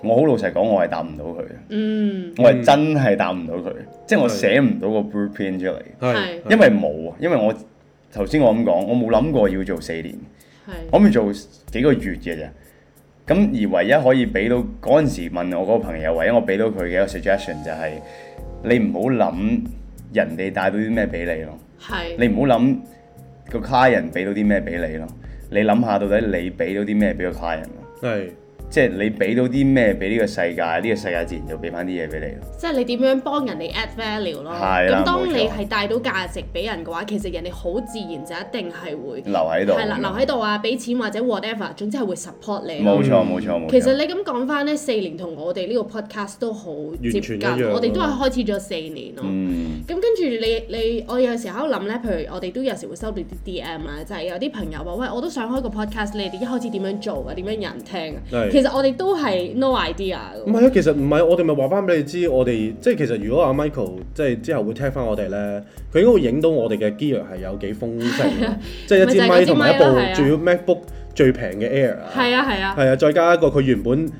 Speaker 4: 我好老實講，我係答唔到佢嘅，
Speaker 3: 嗯，
Speaker 4: 我係真係答唔到佢，即係我寫唔到個 blueprint 出嚟。
Speaker 1: 係
Speaker 4: 因為冇啊，因為我頭先我咁講，我冇諗過要做四年，
Speaker 3: 係。
Speaker 4: 我諗住做幾個月嘅啫。咁而唯一可以俾到嗰陣時問我嗰個朋友，唯一我俾到佢嘅一個 suggestion 就係、你唔好諗人哋帶到啲咩俾你咯，
Speaker 3: 係，
Speaker 4: 你唔好諗個 client 俾到啲咩俾你咯，你諗下到底你俾到啲咩俾個 client 咯，
Speaker 1: 係
Speaker 4: 即係你俾到啲咩俾呢個世界，呢、個世界自然就俾翻啲嘢俾你咯。
Speaker 3: 即係你點樣幫人哋 add value 咯？
Speaker 4: 係啦
Speaker 3: 咁當
Speaker 4: 冇錯
Speaker 3: 你係帶到價值俾人嘅話，其實人哋好自然就一定係會
Speaker 4: 留喺度嗯
Speaker 3: 係啦，留喺度啊，俾錢或者 whatever，總之係會 support 你咯。
Speaker 4: 冇錯冇錯冇錯。
Speaker 3: 其實你咁講翻呢，四年同我哋呢個 podcast 都好接
Speaker 1: 全
Speaker 3: 近，
Speaker 1: 一樣
Speaker 3: 我哋都係開始咗四年咯。
Speaker 4: 嗯
Speaker 3: 咁跟住你你我有時候喺度諗咧，譬如我哋都有時會收到啲 DM 啦，就係有啲朋友話：喂，我都想開個 podcast，你哋一開始點樣做啊？點樣有人聽啊？
Speaker 1: 係
Speaker 3: 其實我哋都係 no idea 㗎
Speaker 1: 唔係啊，其實唔係，我哋咪話翻俾你知，我哋即係其實如果阿 Michael 即係之後會聽翻我哋咧，佢應該會影到我哋嘅 gear 係有幾豐盛
Speaker 3: [laughs]
Speaker 1: 咯，即係一支
Speaker 3: 咪就係嗰
Speaker 1: 咪
Speaker 3: 支
Speaker 1: 同埋一部
Speaker 3: 咪咯係啊
Speaker 1: 仲要 MacBook 最平嘅 Air 啊，
Speaker 3: 係啊係啊
Speaker 1: 係啊，再加一個佢原本誒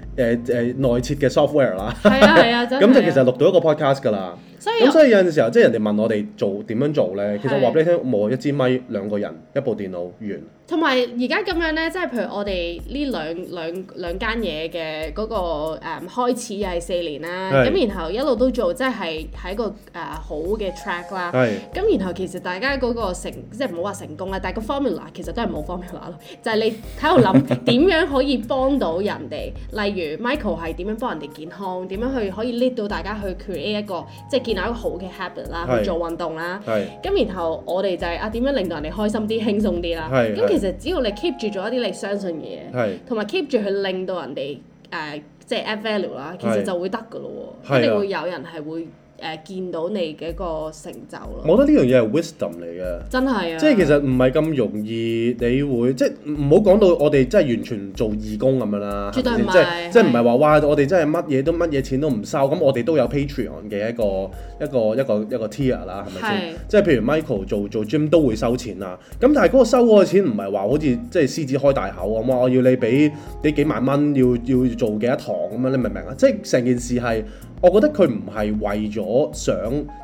Speaker 1: 誒內設嘅 software 啦，
Speaker 3: 係啊
Speaker 1: [laughs]
Speaker 3: 係啊，真係啊
Speaker 1: 咁就其實錄到一個 podcast 㗎啦。
Speaker 3: 所以
Speaker 1: 咁所以有陣時候即係人哋問我哋做點樣做咧，其實
Speaker 3: 係
Speaker 1: 我話俾你聽，冇一支咪、兩個人、一部電腦完。
Speaker 3: 同埋而家咁樣咧，即係譬如我哋呢兩兩兩間嘢嘅嗰個誒、開始又係四年啦，
Speaker 1: 係
Speaker 3: 咁然後一路都做，即係喺個誒、好嘅 track 啦。
Speaker 1: 係
Speaker 3: 咁然後其實大家嗰個成即係唔好話成功啦，但係個 formula 其實都係冇 formula 咯， [laughs] 就係、你喺度
Speaker 1: [laughs]
Speaker 3: 諗點樣可以幫到人哋，例如 Michael 係點樣幫人哋健康，點樣去可以 lead 到大家去 create 一個即係建立一個好嘅 habit 啦，
Speaker 1: 係
Speaker 3: 去做運動啦。
Speaker 1: 係
Speaker 3: 咁然後我哋就係、啊點樣令到人哋開心啲、輕鬆啲啦。
Speaker 1: 係
Speaker 3: 咁
Speaker 1: 係
Speaker 3: 其實只要你 keep 住咗一啲你相信嘅嘢，
Speaker 1: 係
Speaker 3: 同埋 keep 住去令到人哋誒、呃即係 add value 啦，其
Speaker 1: 係
Speaker 3: 實就會得噶咯
Speaker 1: 係
Speaker 3: 喎，
Speaker 1: 啊
Speaker 3: 一定會有人係會誒、呃、見到你嘅一個成就咯。
Speaker 1: 我覺得呢樣嘢係 wisdom 嚟嘅。
Speaker 3: 真係啊！
Speaker 1: 即係其實唔係咁容易，你會即係唔好講到我哋真係完全做義工咁樣啦，
Speaker 3: 絕對
Speaker 1: 係咪
Speaker 3: 唔係
Speaker 1: 先即係即係唔
Speaker 3: 係
Speaker 1: 係話哇，我哋真係乜嘢都乜嘢錢都唔收，咁我哋都有 Patreon 嘅一個一個一個一個 tier 啦，係咪
Speaker 3: 係
Speaker 1: 先？即係譬如 Michael 做做 gym 都會收錢啦，咁但係嗰個收嗰個錢唔係話好似即係獅子開大口咁話我要你俾你幾萬蚊要要做幾多堂咁樣，你明唔明啊？即係成件事係。我覺得佢唔係為咗想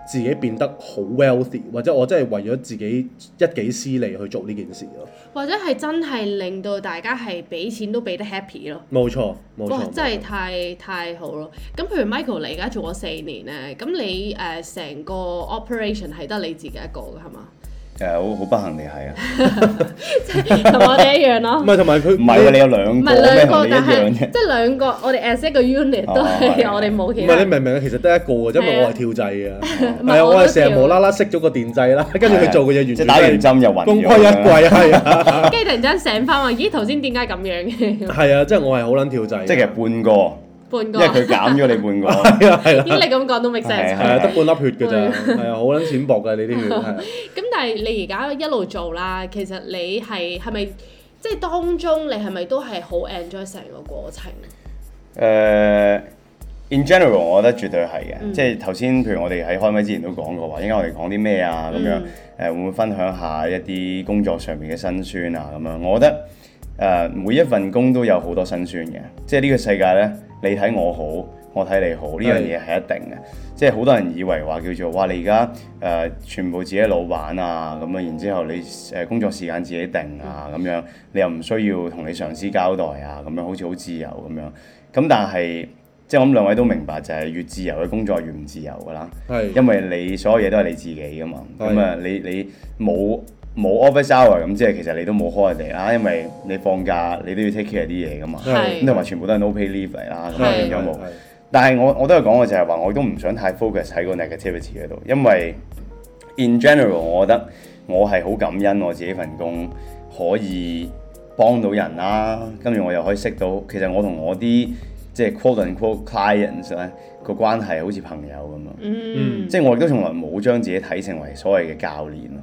Speaker 1: 自己變得好 wealthy，或者我真係為咗自己一己私利去做呢件事咯。
Speaker 3: 或者係真係令到大家係俾錢都俾得 happy 咯。
Speaker 1: 冇錯，冇
Speaker 3: 哇！
Speaker 1: 錯，
Speaker 3: 真係
Speaker 1: 冇錯
Speaker 3: 太太好咯。咁譬如 Michael，你而家做咗四年咧，咁你誒成、個 operation 係得你自己一個㗎係
Speaker 1: [laughs]
Speaker 3: 嘛？
Speaker 4: 誒好好不幸地係啊。
Speaker 3: 同我哋一樣
Speaker 1: 唔
Speaker 3: 咯。
Speaker 1: 係同埋佢
Speaker 4: 唔係啊，你有兩
Speaker 3: 唔
Speaker 4: 個
Speaker 3: 係
Speaker 4: 咩
Speaker 3: 兩
Speaker 4: 同
Speaker 3: 個，
Speaker 4: 你一
Speaker 3: 但係
Speaker 4: 樣
Speaker 3: 即
Speaker 4: 啫。
Speaker 3: 係兩個，我哋 as 一個 unit 都
Speaker 4: 哦係
Speaker 3: 係我哋冇
Speaker 1: 唔
Speaker 3: 其他
Speaker 1: 係你。明唔明啊？其實得一個嘅啫，
Speaker 3: 係
Speaker 1: 因為
Speaker 3: 啊
Speaker 1: 我係跳掣
Speaker 3: [laughs]
Speaker 1: 嘅，
Speaker 3: 唔係
Speaker 1: 係啊，
Speaker 3: 我
Speaker 1: 我
Speaker 3: 都
Speaker 1: 係成日
Speaker 3: 跳啊
Speaker 1: 無啦啦熄咗個電掣啦，跟住佢做嘅嘢完
Speaker 4: 即係
Speaker 1: 全
Speaker 4: 打完
Speaker 1: 係
Speaker 4: 針又暈咗。
Speaker 1: 功虧一簣，係啊， [laughs]
Speaker 3: 跟住突然之間醒翻話，咦頭先點解咁樣嘅？
Speaker 1: 係啊，即係我係好撚跳掣嘅，
Speaker 4: 即係其實半個，
Speaker 3: 半
Speaker 4: 因
Speaker 3: 個
Speaker 4: 為。佢減咗你半個。 [laughs]
Speaker 1: 係啊係啊，
Speaker 3: 咦你咁講都 make
Speaker 4: 係
Speaker 3: sense
Speaker 4: 啊。
Speaker 1: 係啊，得半粒血㗎咋，係啊，好撚淺薄㗎你啲血，係啊
Speaker 3: 咁但係你而家一路做啦，其實你係係咪即係當中你係咪都係好 enjoy 成個過程？
Speaker 4: 誒，in general，我覺得絕對係嘅。即係頭先，譬如我哋喺開咪之前都講過話，應該我哋講啲咩啊咁樣。誒會唔會分享下一啲工作上面嘅辛酸啊咁樣？我覺得誒、每一份工都有好多辛酸嘅，即係呢個世界呢，你睇我好，我睇你好，呢樣嘢係一定嘅。即係好多人以為話叫做哇，你而家誒呃全部自己老闆啊咁樣，然之後你誒、工作時間自己定啊咁樣，你又唔需要同你上司交代啊咁樣，好似好自由咁樣。咁但係即係我諗兩位都明白，就係越自由嘅工作越唔自由㗎啦。
Speaker 1: 係
Speaker 4: 因為你所有嘢都係你自己噶嘛，
Speaker 1: 係
Speaker 4: 咁啊你你冇冇 office hour 咁，即係其實你都冇 holiday 啦，因為你放假你都要 take care 啲嘢噶嘛。
Speaker 1: 係
Speaker 4: 咁同埋全部都係 no pay leave 嚟啦，咁啊
Speaker 3: 係
Speaker 4: 變咗冇。但係我我都有講過就係話，我都唔想太 focus 喺個 negativity 嗰度，因為 in general 我覺得我係好感恩我自己份工可以幫到人啦，跟住我又可以識到，其實我同我啲即係 quote and quote clients 咧個關係好似朋友咁啊。
Speaker 3: 嗯，
Speaker 4: 即係我亦都從來冇將自己睇成為所謂嘅教練咯，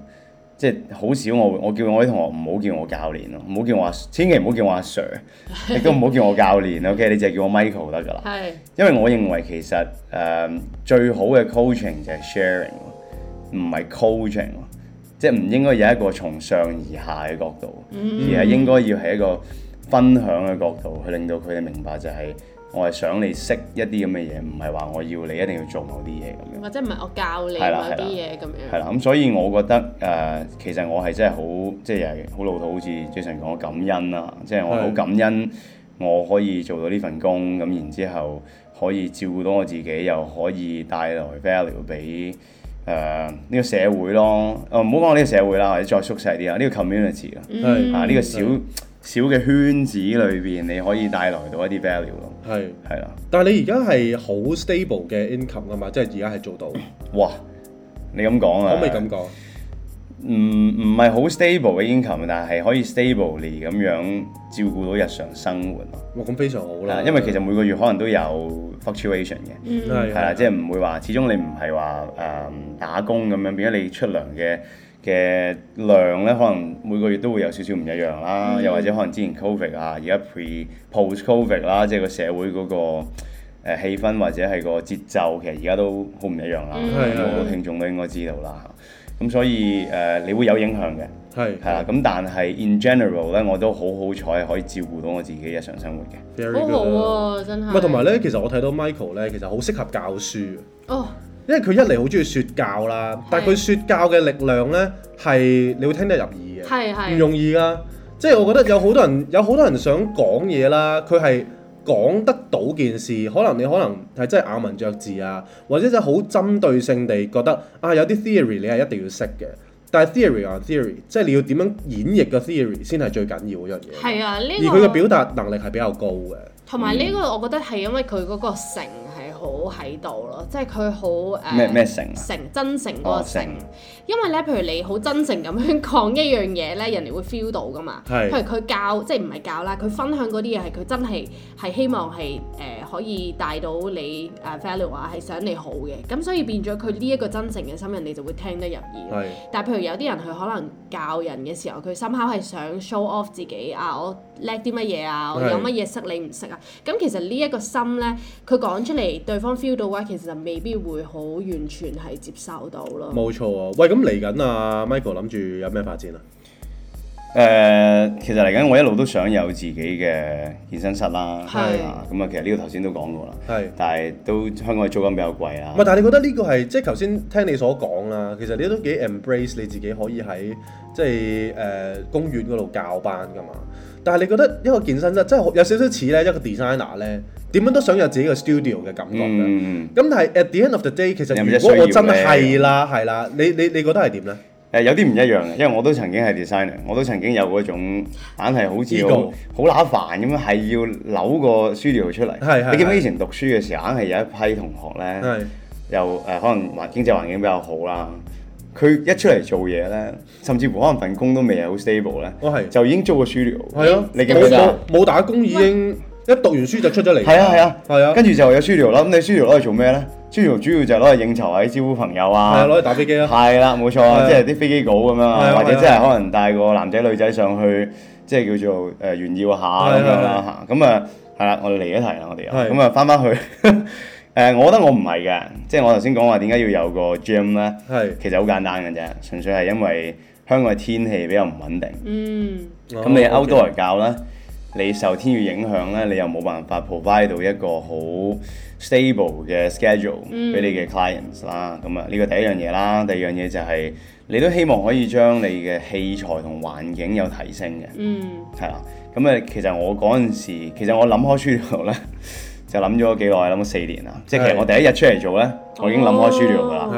Speaker 4: 即係好少我會我叫我啲同學唔好叫我教練咯，唔好叫我阿千祈唔好叫我阿 Sir，亦都唔好叫我教練，OK，你淨係叫我 Michael 得㗎啦。
Speaker 3: 係
Speaker 4: 因為我認為其實誒、呃最好嘅 coaching 就係 sharing，咯唔係 coaching，咯即係唔應該有一個從上而下嘅角度，而係應該要係一個分享嘅角度去令到佢哋明白就係、我係想你識一啲咁嘅嘢，唔係話我要你一定要做某啲嘢咁樣。
Speaker 3: 或者唔係我教你某
Speaker 4: 係啦
Speaker 3: 啲嘢
Speaker 4: 係
Speaker 3: 咁樣
Speaker 4: 係。啦，咁所以我覺得誒、呃其實我係真係好，即係又係好老土，好似 Jason 講感恩啦，即係我
Speaker 1: 係
Speaker 4: 好感恩我可以做到呢份工，咁然之後可以照顧到我自己，又可以帶來 value 俾誒呢個社會咯。誒唔好講我呢個社會啦，或者再縮細啲啊，呢、個 community 啦，
Speaker 1: 嗯係
Speaker 3: 嗯
Speaker 4: 啊呢、個小小嘅圈子裏邊，你可以帶來到一啲 value 咯，
Speaker 1: 係。
Speaker 4: 係啦。
Speaker 1: 但係你而家係好 stable 嘅 income 啊嘛，即係而家係做到，
Speaker 4: 嗯哇！你咁講啊，
Speaker 1: 可唔可以咁講？
Speaker 4: 唔唔係好 stable 嘅 income，但係可以 stably 咁樣照顧到日常生活咯。
Speaker 1: 哇，咁非常好啦。
Speaker 4: 嗱，啊因為其實每個月可能都有 fluctuation 嘅，
Speaker 3: 嗯
Speaker 1: 係
Speaker 4: 係啦，即係唔會話，始終你唔係話誒打工咁樣，變咗你出糧嘅嘅量咧，可能每個月都會有少少唔一樣啦。又或者可能之前 covid 啊，而家 pre post covid 啦，即係個社會嗰、個誒氣氛或者係個節奏，其實而家都好唔一樣啦。
Speaker 1: 係係
Speaker 4: 咁好多聽眾都應該知道啦。咁所以誒、你會有影響嘅。
Speaker 1: 係
Speaker 4: 係啦，咁但係 in general 咧，我都好好彩可以照顧到我自己日常生活嘅。
Speaker 1: very
Speaker 3: 好
Speaker 1: good
Speaker 3: 好
Speaker 1: 啦。
Speaker 3: 喎，真係。
Speaker 1: 唔係同埋咧，其實我睇到 Michael 咧，其實好適合教書啊嘅，
Speaker 3: 哦，
Speaker 1: 因為佢一嚟好中意説教啦，但係佢説教嘅力量咧係你會聽得入耳嘅。
Speaker 3: 係係
Speaker 1: 唔容易㗎。即係我覺得有好多人有好多人想講嘢啦，佢係講得到件事，可能你可能係真係咬文嚼字啊，或者真係好針對性地覺得啊有啲 theory 你係一定要識嘅，但係 theory on theory，即係你要點樣演繹個 theory 先係最緊要嗰樣嘢。
Speaker 3: 係啊，呢
Speaker 1: 而
Speaker 3: 個
Speaker 1: 佢嘅表達能力係比較高嘅，
Speaker 3: 同埋
Speaker 4: 嗯
Speaker 3: 呢個，我覺得係因為佢嗰個誠係好喺度咯，即係佢好誒
Speaker 4: 咩咩誠啊
Speaker 3: 誠真誠嗰個
Speaker 4: 哦
Speaker 3: 誠
Speaker 4: 誠，
Speaker 3: 因為咧，譬如你好真誠咁樣講一樣嘢咧，人哋會 feel 到噶嘛。譬
Speaker 1: 係
Speaker 3: 如佢教，即係唔係教啦，佢分享嗰啲嘢係佢真係係希望係誒、可以帶到你誒 value 啊，係想你好嘅。咁所以變咗佢呢一個真誠嘅心，人哋就會聽得入耳咯。
Speaker 1: 係
Speaker 3: 但係譬如有啲人佢可能教人嘅時候，佢深刻係想 show off 自己啊，我叻啲乜嘢啊，我有
Speaker 1: 係
Speaker 3: 乜嘢識你唔識啊。咁其實呢一個心呢，佢講出嚟，對方 feel 到嘅話，其實就未必會好完全係接受到咯。
Speaker 1: 冇錯啊。喂，咁嚟緊啊，Michael 諗住有咩發展啊？
Speaker 4: 誒、其實嚟緊我一路都想有自己嘅健身室啦，
Speaker 3: 係
Speaker 4: 啊咁啊，其實呢個頭先都講過啦，
Speaker 1: 係
Speaker 4: 但係都香港嘅租金比較貴啦
Speaker 1: 唔係，。但係你覺得呢個係即係頭先聽你所講啦，其實你都幾 embrace 你自己可以喺即係誒、呃公園嗰度教班㗎嘛。但係你覺得一個健身室真係好有少少似咧一個 designer 咧，點樣都想有自己個 studio 嘅感覺㗎。咁、
Speaker 4: 嗯，
Speaker 1: 但係 at the end of the day，其實
Speaker 4: 有冇
Speaker 1: 如
Speaker 4: 啲
Speaker 1: 果我
Speaker 4: 需要
Speaker 1: 真
Speaker 4: 呢
Speaker 1: 係啦係啦，你你你覺得係點咧？
Speaker 4: 誒有啲唔一樣嘅，因為我都曾經係 designer，我都曾經有嗰種硬係好似
Speaker 1: Ego
Speaker 4: 好好乸煩咁樣，係要扭個 studio 出
Speaker 1: 係係
Speaker 4: 嚟。你記唔記
Speaker 1: 係
Speaker 4: 得以前讀書嘅時候，硬係有一批同學咧？
Speaker 1: 係
Speaker 4: 又誒、呃可能環經濟環境比較好啦，佢一出嚟做嘢咧，甚至乎可能份工都未係好 stable 咧，
Speaker 1: 哦我係
Speaker 4: 就已經租個 studio。
Speaker 1: 係啊，
Speaker 4: 你記唔記得
Speaker 1: 冇冇冇打工已經一讀完書就出咗嚟㗎。
Speaker 4: 係啊係啊
Speaker 1: 係啊，
Speaker 4: 跟住就有 studio 啦。咁你 studio 攞嚟做咩咧？studio 主要就係攞嚟應酬或者招呼朋友
Speaker 1: 係啊
Speaker 4: 啊。
Speaker 1: 攞嚟打飛機啊。
Speaker 4: 係啦，冇錯
Speaker 1: 係啊
Speaker 4: 啊，即係啲飛機稿咁樣
Speaker 1: 係啊
Speaker 4: 啊，或
Speaker 1: 係
Speaker 4: 者
Speaker 1: 啊
Speaker 4: 即係可能帶個男仔女仔上去，即係叫做誒炫耀下咁樣啦嚇。咁啊係啦，我哋嚟一題啦，我哋又
Speaker 1: 係
Speaker 4: 咁啊翻翻去 [laughs] 誒，我覺得我唔係嘅，即係我頭先講話點解要有個 gym 咧？
Speaker 1: 係
Speaker 4: 其實好簡單嘅啫，純粹係因為香港嘅天氣比較唔穩定，
Speaker 3: 嗯，
Speaker 4: 咁、你
Speaker 1: 哦
Speaker 4: outdoor 嚟教咧，你受天氣影響咧，你又冇辦法 provide 到一個好 stable 嘅 schedule 俾你嘅 clients 啦。咁啊，呢個第一樣嘢啦，第二樣嘢就係、你都希望可以將你嘅器材同環境有提升嘅，
Speaker 3: 嗯，
Speaker 4: 係啦。咁啊，其實我嗰陣時，其實我諗開 studio [laughs] 咧，
Speaker 1: 哦
Speaker 4: 就諗咗幾耐，諗咗四年啦。即係其實我第一日出嚟做咧，我已經諗開 studio 噶啦。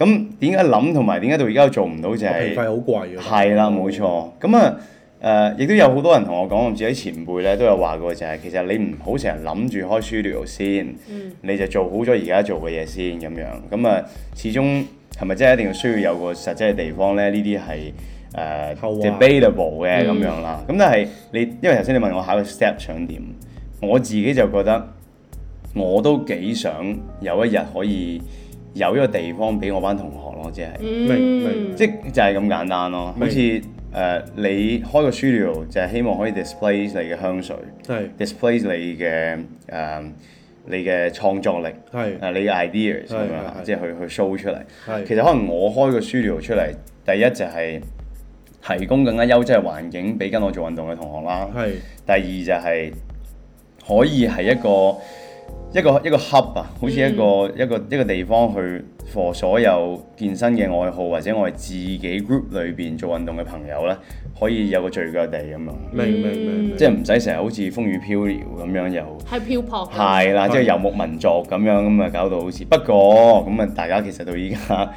Speaker 1: 係係
Speaker 4: 咁點解諗同埋點解到而家都做唔到就係、
Speaker 1: 皮費好貴啊。
Speaker 4: 係啦，冇錯。咁啊，誒、亦都有好多人同我講，我自己前輩咧都有話過，就係、其實你唔好成日諗住開 studio 先，你就做好咗而家做嘅嘢先咁樣。咁啊，始終係咪真係一定要需要有個實際嘅地方咧？呢啲係誒
Speaker 1: 後話
Speaker 4: debatable 嘅咁樣啦。咁、但係你因為頭先你問我下個 step 想點，我自己就覺得我都幾想有一日可以有一個地方俾我班同學咯，即係。
Speaker 1: 明明
Speaker 4: 即就係咁簡單咯，好
Speaker 1: 明
Speaker 4: 似誒、呃你開個 studio 就係希望可以 display 你嘅香水
Speaker 1: 係
Speaker 4: ，display 你嘅誒、呃你嘅創作力，誒、
Speaker 1: 係
Speaker 4: 你嘅 ideas
Speaker 1: 係
Speaker 4: 咁樣啦
Speaker 1: 係係
Speaker 4: 即係去去 show 出嚟。其
Speaker 1: 係
Speaker 4: 實可能我開個 studio 出嚟，第一就係提供更加優質嘅環境俾跟我做運動嘅同學啦。
Speaker 1: 係
Speaker 4: 第二就係可以係一個一個一個 hub 啊，好似一個、一個一個地方去 for 所有健身嘅愛好或者我哋自己 group 裏邊做運動嘅朋友咧，可以有個聚腳地咁樣，
Speaker 1: 明明明，
Speaker 4: 即係唔使成日好似風雨飄搖咁樣又。
Speaker 3: 係漂泊嘅。
Speaker 4: 係啦，
Speaker 1: 係
Speaker 4: 即係遊牧民族咁樣咁啊，搞到好似不過咁啊，大家其實到依家 [laughs]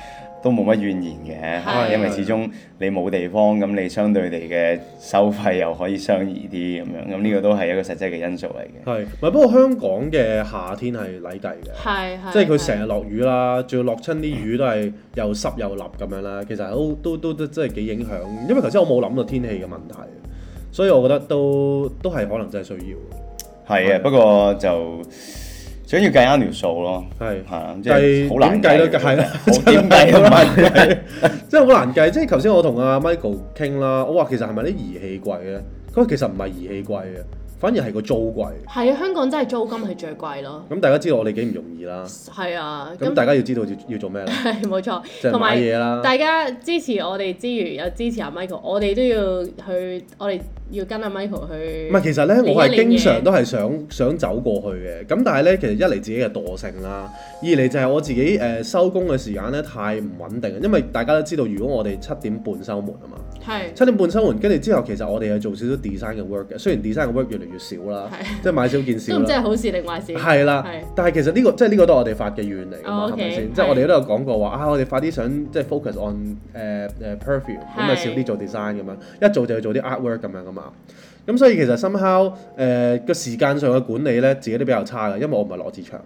Speaker 4: 都冇乜怨言
Speaker 3: 係
Speaker 4: 嘅，因為始終你冇地方，咁你相對地嘅收費又可以相宜啲咁樣，咁呢個都係一個實際嘅因素嚟嘅。
Speaker 1: 係，唔係不過香港嘅夏天係禮計嘅。
Speaker 3: 係係。
Speaker 1: 即係佢成日落雨啦，仲要落親啲雨都係又濕又立咁樣啦。其實都都都都真係幾影響，因為頭先我冇諗到天氣嘅問題，所以我覺得都都係可能真係需要。
Speaker 4: 係嘅，啊不過就想要計啱條數咯，
Speaker 1: 係
Speaker 4: 係啊，即係好難
Speaker 1: 計
Speaker 4: 計
Speaker 1: 點計都計啦 [laughs]
Speaker 4: 好點計都難計。
Speaker 1: 真係好難計。即係頭先我同阿 Michael 傾啦，我話其實係咪啲儀器貴咧？佢話其實唔係儀器貴嘅，反而係個租貴。
Speaker 3: 係啊，香港真係租金係最貴咯。
Speaker 1: 咁大家知道我哋幾唔容易啦。
Speaker 3: 係啊，
Speaker 1: 咁
Speaker 3: 咁
Speaker 1: 大家要知道要要做咩啦，
Speaker 3: 係 [laughs] 冇錯，
Speaker 1: 就係
Speaker 3: 同
Speaker 1: 買
Speaker 3: 埋
Speaker 1: 嘢啦。
Speaker 3: 大家支持我哋之餘，又支持阿 Michael，我哋都要去，我哋要跟阿 Michael 去。
Speaker 1: 唔係，其實咧，我係
Speaker 3: 另一
Speaker 1: 經
Speaker 3: 樣嘢
Speaker 1: 常都係想想走過去嘅。咁但係咧，其實一嚟自己嘅惰性啦，二嚟就係我自己誒收工嘅時間咧太唔穩定。啊因為大家都知道，如果我哋七點半收門啊嘛，
Speaker 3: 係
Speaker 1: 七點半收門，跟住之後其實我哋係做少少 design 嘅 work 嘅。雖然 design 嘅 work 越嚟越少啦，
Speaker 3: 係
Speaker 1: 即係買少見
Speaker 3: 都
Speaker 1: 少
Speaker 3: 唔知
Speaker 1: 啦。
Speaker 3: 係好事定壞事。
Speaker 1: 係啦
Speaker 3: 係，
Speaker 1: 但係其實呢個即係呢個都係我哋發嘅願嚟㗎嘛，
Speaker 3: 哦
Speaker 1: 係
Speaker 3: ，OK，
Speaker 1: 咪先？
Speaker 3: 係
Speaker 1: 即係我哋都有講過話啊，我哋快啲想即係 focus on 誒誒 perfume，咁啊
Speaker 3: 係
Speaker 1: 少啲做 design 咁樣，一做就要做啲 artwork 咁樣噶嘛。咁所以其實 somehow 誒個時間上嘅管理咧，自己都比較差嘅，因為我唔係羅志祥，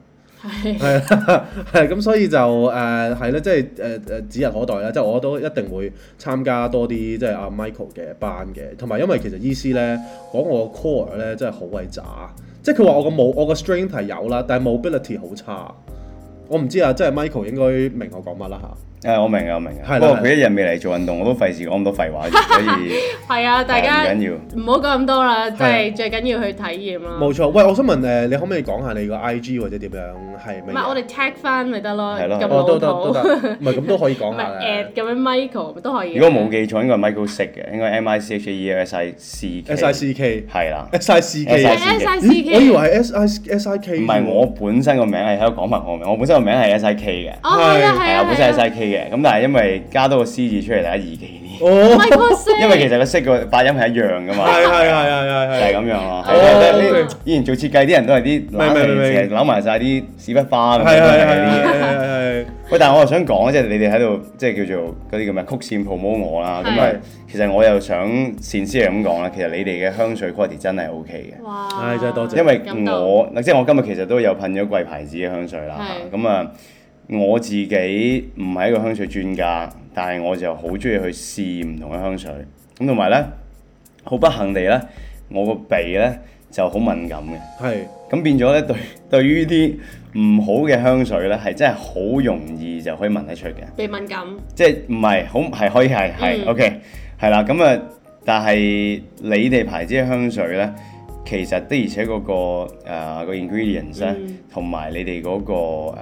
Speaker 3: 係
Speaker 1: 係啦，係啊咁所以就誒係啦，即係誒誒指日可待啦，即係我都一定會參加多啲即係阿 Michael 嘅班嘅，同埋因為其實醫師咧講我 core 咧真係好鬼渣，即係佢話我個冇我個 strength 係有啦，但係 mobility 好差，我唔知啊，即係 Michael 應該明我講乜啦嚇。
Speaker 4: [laughs] 誒，我明啊，我明
Speaker 1: 係啦
Speaker 4: 啊。不
Speaker 1: 係
Speaker 4: 過
Speaker 1: 啦
Speaker 4: 佢一日未嚟做運動，我都費事講咁多廢話，所以
Speaker 3: 係啊，大
Speaker 4: 誒
Speaker 3: 家
Speaker 4: 唔緊要。
Speaker 3: 唔好講咁多啦，即
Speaker 1: 係
Speaker 3: 係最緊要去體驗啦。
Speaker 1: 冇錯，喂，我想問誒、你可唔可以講下你個 IG 或者點樣係
Speaker 3: 唔
Speaker 1: 咩嘢？
Speaker 3: 係我哋 tag 翻咪得咯，
Speaker 4: 係咯
Speaker 3: 咁
Speaker 1: 哦
Speaker 3: 老
Speaker 1: 都得都
Speaker 3: 土，
Speaker 1: 得，唔係咁都可以講下
Speaker 3: 咪 at
Speaker 1: 嘅。
Speaker 3: 咁樣 Michael 都可以嘅。
Speaker 4: 如果冇記錯，應該係 Michael Sick 嘅，應該 M I C H A E L S I C K。
Speaker 1: S I C K
Speaker 4: 係啦，
Speaker 1: S I C K，
Speaker 3: 係
Speaker 4: SICK
Speaker 3: ，S I
Speaker 1: 我
Speaker 3: C
Speaker 1: 以
Speaker 3: K，
Speaker 1: 為係 S I S I K，
Speaker 4: 唔係我本身個名係喺度講埋我個名，我本身個名係 S I K 嘅，
Speaker 3: 哦係啊
Speaker 4: 係
Speaker 3: 係
Speaker 4: 啊，
Speaker 3: 啊
Speaker 4: 本身係 S
Speaker 3: 係啊
Speaker 4: I K 嘅，咁但係因為加多個 C 字出嚟，大家易記啲，
Speaker 1: 哦，係
Speaker 3: ，Michael Sick，
Speaker 4: 因為其實個 Sick 個發音係一樣噶嘛，
Speaker 1: 係係
Speaker 4: 就
Speaker 1: 係
Speaker 4: 係
Speaker 1: 係
Speaker 4: 咁樣咯。係
Speaker 1: 哦
Speaker 4: 啊即係呢以前做設計啲人都係啲
Speaker 1: 明
Speaker 4: 攬
Speaker 1: 明
Speaker 4: 嚟
Speaker 1: 明
Speaker 4: 成日攬埋晒啲屎忽花咁
Speaker 1: 係係
Speaker 4: 樣都係
Speaker 1: 係
Speaker 4: 啲嘢。
Speaker 1: 係係
Speaker 4: 喂，但係我又想講，即係你哋喺度即係叫做嗰啲叫咩曲線 promo 我啦，咁
Speaker 1: 係
Speaker 4: 啊，其實我又想善思係咁講啦，其實你哋嘅香水 quality 真係 OK 嘅。
Speaker 3: 哇，
Speaker 1: 唉真係多謝
Speaker 4: 因為
Speaker 3: 感動
Speaker 4: 我嗱，即係我今日其實都有噴咗貴牌子嘅香水啦。
Speaker 3: 係
Speaker 4: 咁啊，我自己唔係一個香水專家，但係我就好中意去試唔同嘅香水。咁同埋咧，好不幸地咧，我個鼻咧就好敏感嘅。
Speaker 1: 係
Speaker 4: 咁變咗咧，對對於啲唔好嘅香水咧，係真係好容易就可以聞得出嘅。
Speaker 3: 鼻敏感，
Speaker 4: 即係唔係好係可以係係、
Speaker 3: 嗯
Speaker 4: OK 係啦，咁啊，但係你哋牌子嘅香水咧，其實的而且嗰、個誒、呃個 ingredients 咧
Speaker 3: 嗯，
Speaker 4: 同埋、你哋嗰、個誒、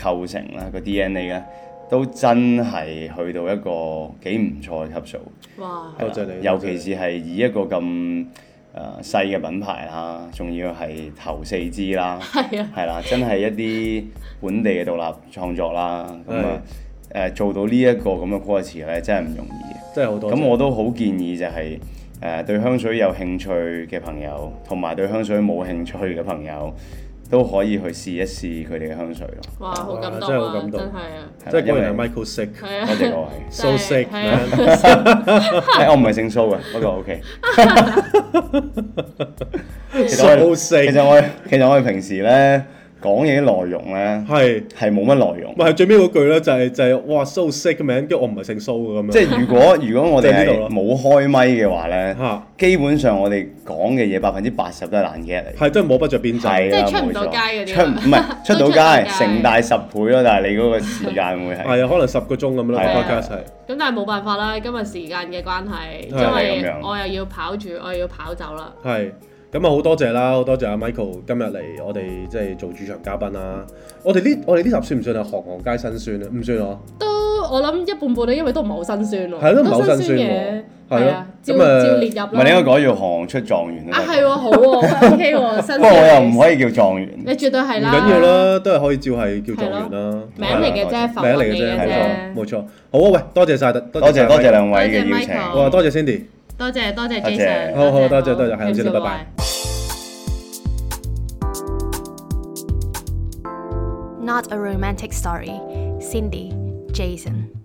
Speaker 4: 構成啦、個 DNA 咧，都真係去到一個幾唔錯嘅級數。
Speaker 3: 哇，
Speaker 4: 係啦
Speaker 1: 多謝你
Speaker 4: 尤其是係以一個咁誒、呃、細嘅品牌啦，仲要係頭四支啦。
Speaker 3: 係啊，
Speaker 4: 係啦，真係一啲本地嘅獨立創作啦，咁啊誒做到呢一個咁嘅 quality 咧，真係唔容易嘅。
Speaker 1: 真係好多謝。
Speaker 4: 咁我都好建議就係、呃誒、對香水有興趣嘅朋友，同埋對香水冇興趣嘅朋友，都可以去試一試佢哋嘅香水咯。
Speaker 3: 哇，好感動
Speaker 1: 真係好
Speaker 3: 啊！
Speaker 1: 感動
Speaker 3: 真係啊，
Speaker 1: 即係果然
Speaker 4: 咪
Speaker 1: 係 Michael sick，
Speaker 3: 係啊
Speaker 4: 多，謝各位。
Speaker 1: so sick
Speaker 3: 係啊
Speaker 1: man
Speaker 4: [laughs] 係哎我唔係姓蘇嘅，不過
Speaker 1: [laughs]
Speaker 4: OK。其實我
Speaker 1: so
Speaker 4: 哋
Speaker 1: sick，
Speaker 4: 其實我哋其實我哋平時咧講嘢啲內容咧
Speaker 1: 係
Speaker 4: 係冇乜內容，
Speaker 1: 咪係最尾嗰句咧就係就係哇 so sick 嘅名，跟住我唔係姓蘇嘅咁樣，
Speaker 4: 即係如果如果我哋
Speaker 1: 即係呢度
Speaker 4: 係
Speaker 1: 咯
Speaker 4: 冇開咪嘅話咧，
Speaker 1: 嚇
Speaker 4: 基本上我哋講嘅嘢百分之八十都係爛 gag 嚟嘅。
Speaker 1: 係真係摸不着邊
Speaker 4: 係
Speaker 1: 際，
Speaker 4: 啦
Speaker 3: 即係出唔到
Speaker 4: 冇錯
Speaker 3: 街嗰啲啊
Speaker 4: 出唔唔係
Speaker 3: [laughs]
Speaker 4: 出
Speaker 3: 都
Speaker 4: 到
Speaker 3: 出到街
Speaker 4: 街，成大十倍咯。但係你嗰個時間會係
Speaker 1: 係啊，可能十個鐘咁啦
Speaker 4: 係啊
Speaker 1: ，podcast 係
Speaker 3: [laughs] 咁但係冇辦法啦，今日時間嘅關係，
Speaker 1: 係
Speaker 3: 因
Speaker 4: 係咁
Speaker 3: 為
Speaker 4: 樣
Speaker 3: 我又要跑住，我又要跑走啦。
Speaker 1: 係。咁啊，好多謝啦，好多謝阿 Michael 今日嚟我哋即係做主場嘉賓啦。我哋呢我哋呢集算唔算係行行皆辛酸啊？唔算啊，
Speaker 3: 都我諗一半半啦，因為都唔係好辛酸咯，
Speaker 1: 係咯唔係好辛酸
Speaker 3: 嘅
Speaker 1: 喎，
Speaker 3: 係
Speaker 1: 係
Speaker 3: 啊
Speaker 1: 啊，
Speaker 3: 照
Speaker 1: 咁啊
Speaker 3: 照列入啦。
Speaker 4: 唔係你應該改做行出狀元都得
Speaker 3: 啊係喎，好喎，OK 喎，辛
Speaker 4: 不過我又
Speaker 3: 酸
Speaker 4: 唔。可以叫狀元，
Speaker 3: 你絕對係
Speaker 1: 唔
Speaker 3: 啦，
Speaker 1: 緊要，啦，都係可以照係叫狀元啦，
Speaker 3: 名嚟嘅啫，浮雲嚟嘅
Speaker 4: 名嚟嘅
Speaker 1: 係
Speaker 4: 啫
Speaker 3: 啫。
Speaker 1: 冇錯冇錯。好啊，喂，多謝晒，多
Speaker 4: 多謝多謝
Speaker 1: 啦，
Speaker 4: 兩位嘅邀
Speaker 3: 多謝 Michael
Speaker 4: 請。
Speaker 1: 哇，多謝 Cindy。
Speaker 3: 多謝多謝
Speaker 4: 多謝
Speaker 3: Jason，
Speaker 1: 好好多謝多謝係咁先啦拜拜。
Speaker 2: Not a Romantic Story, Cindy, Jason.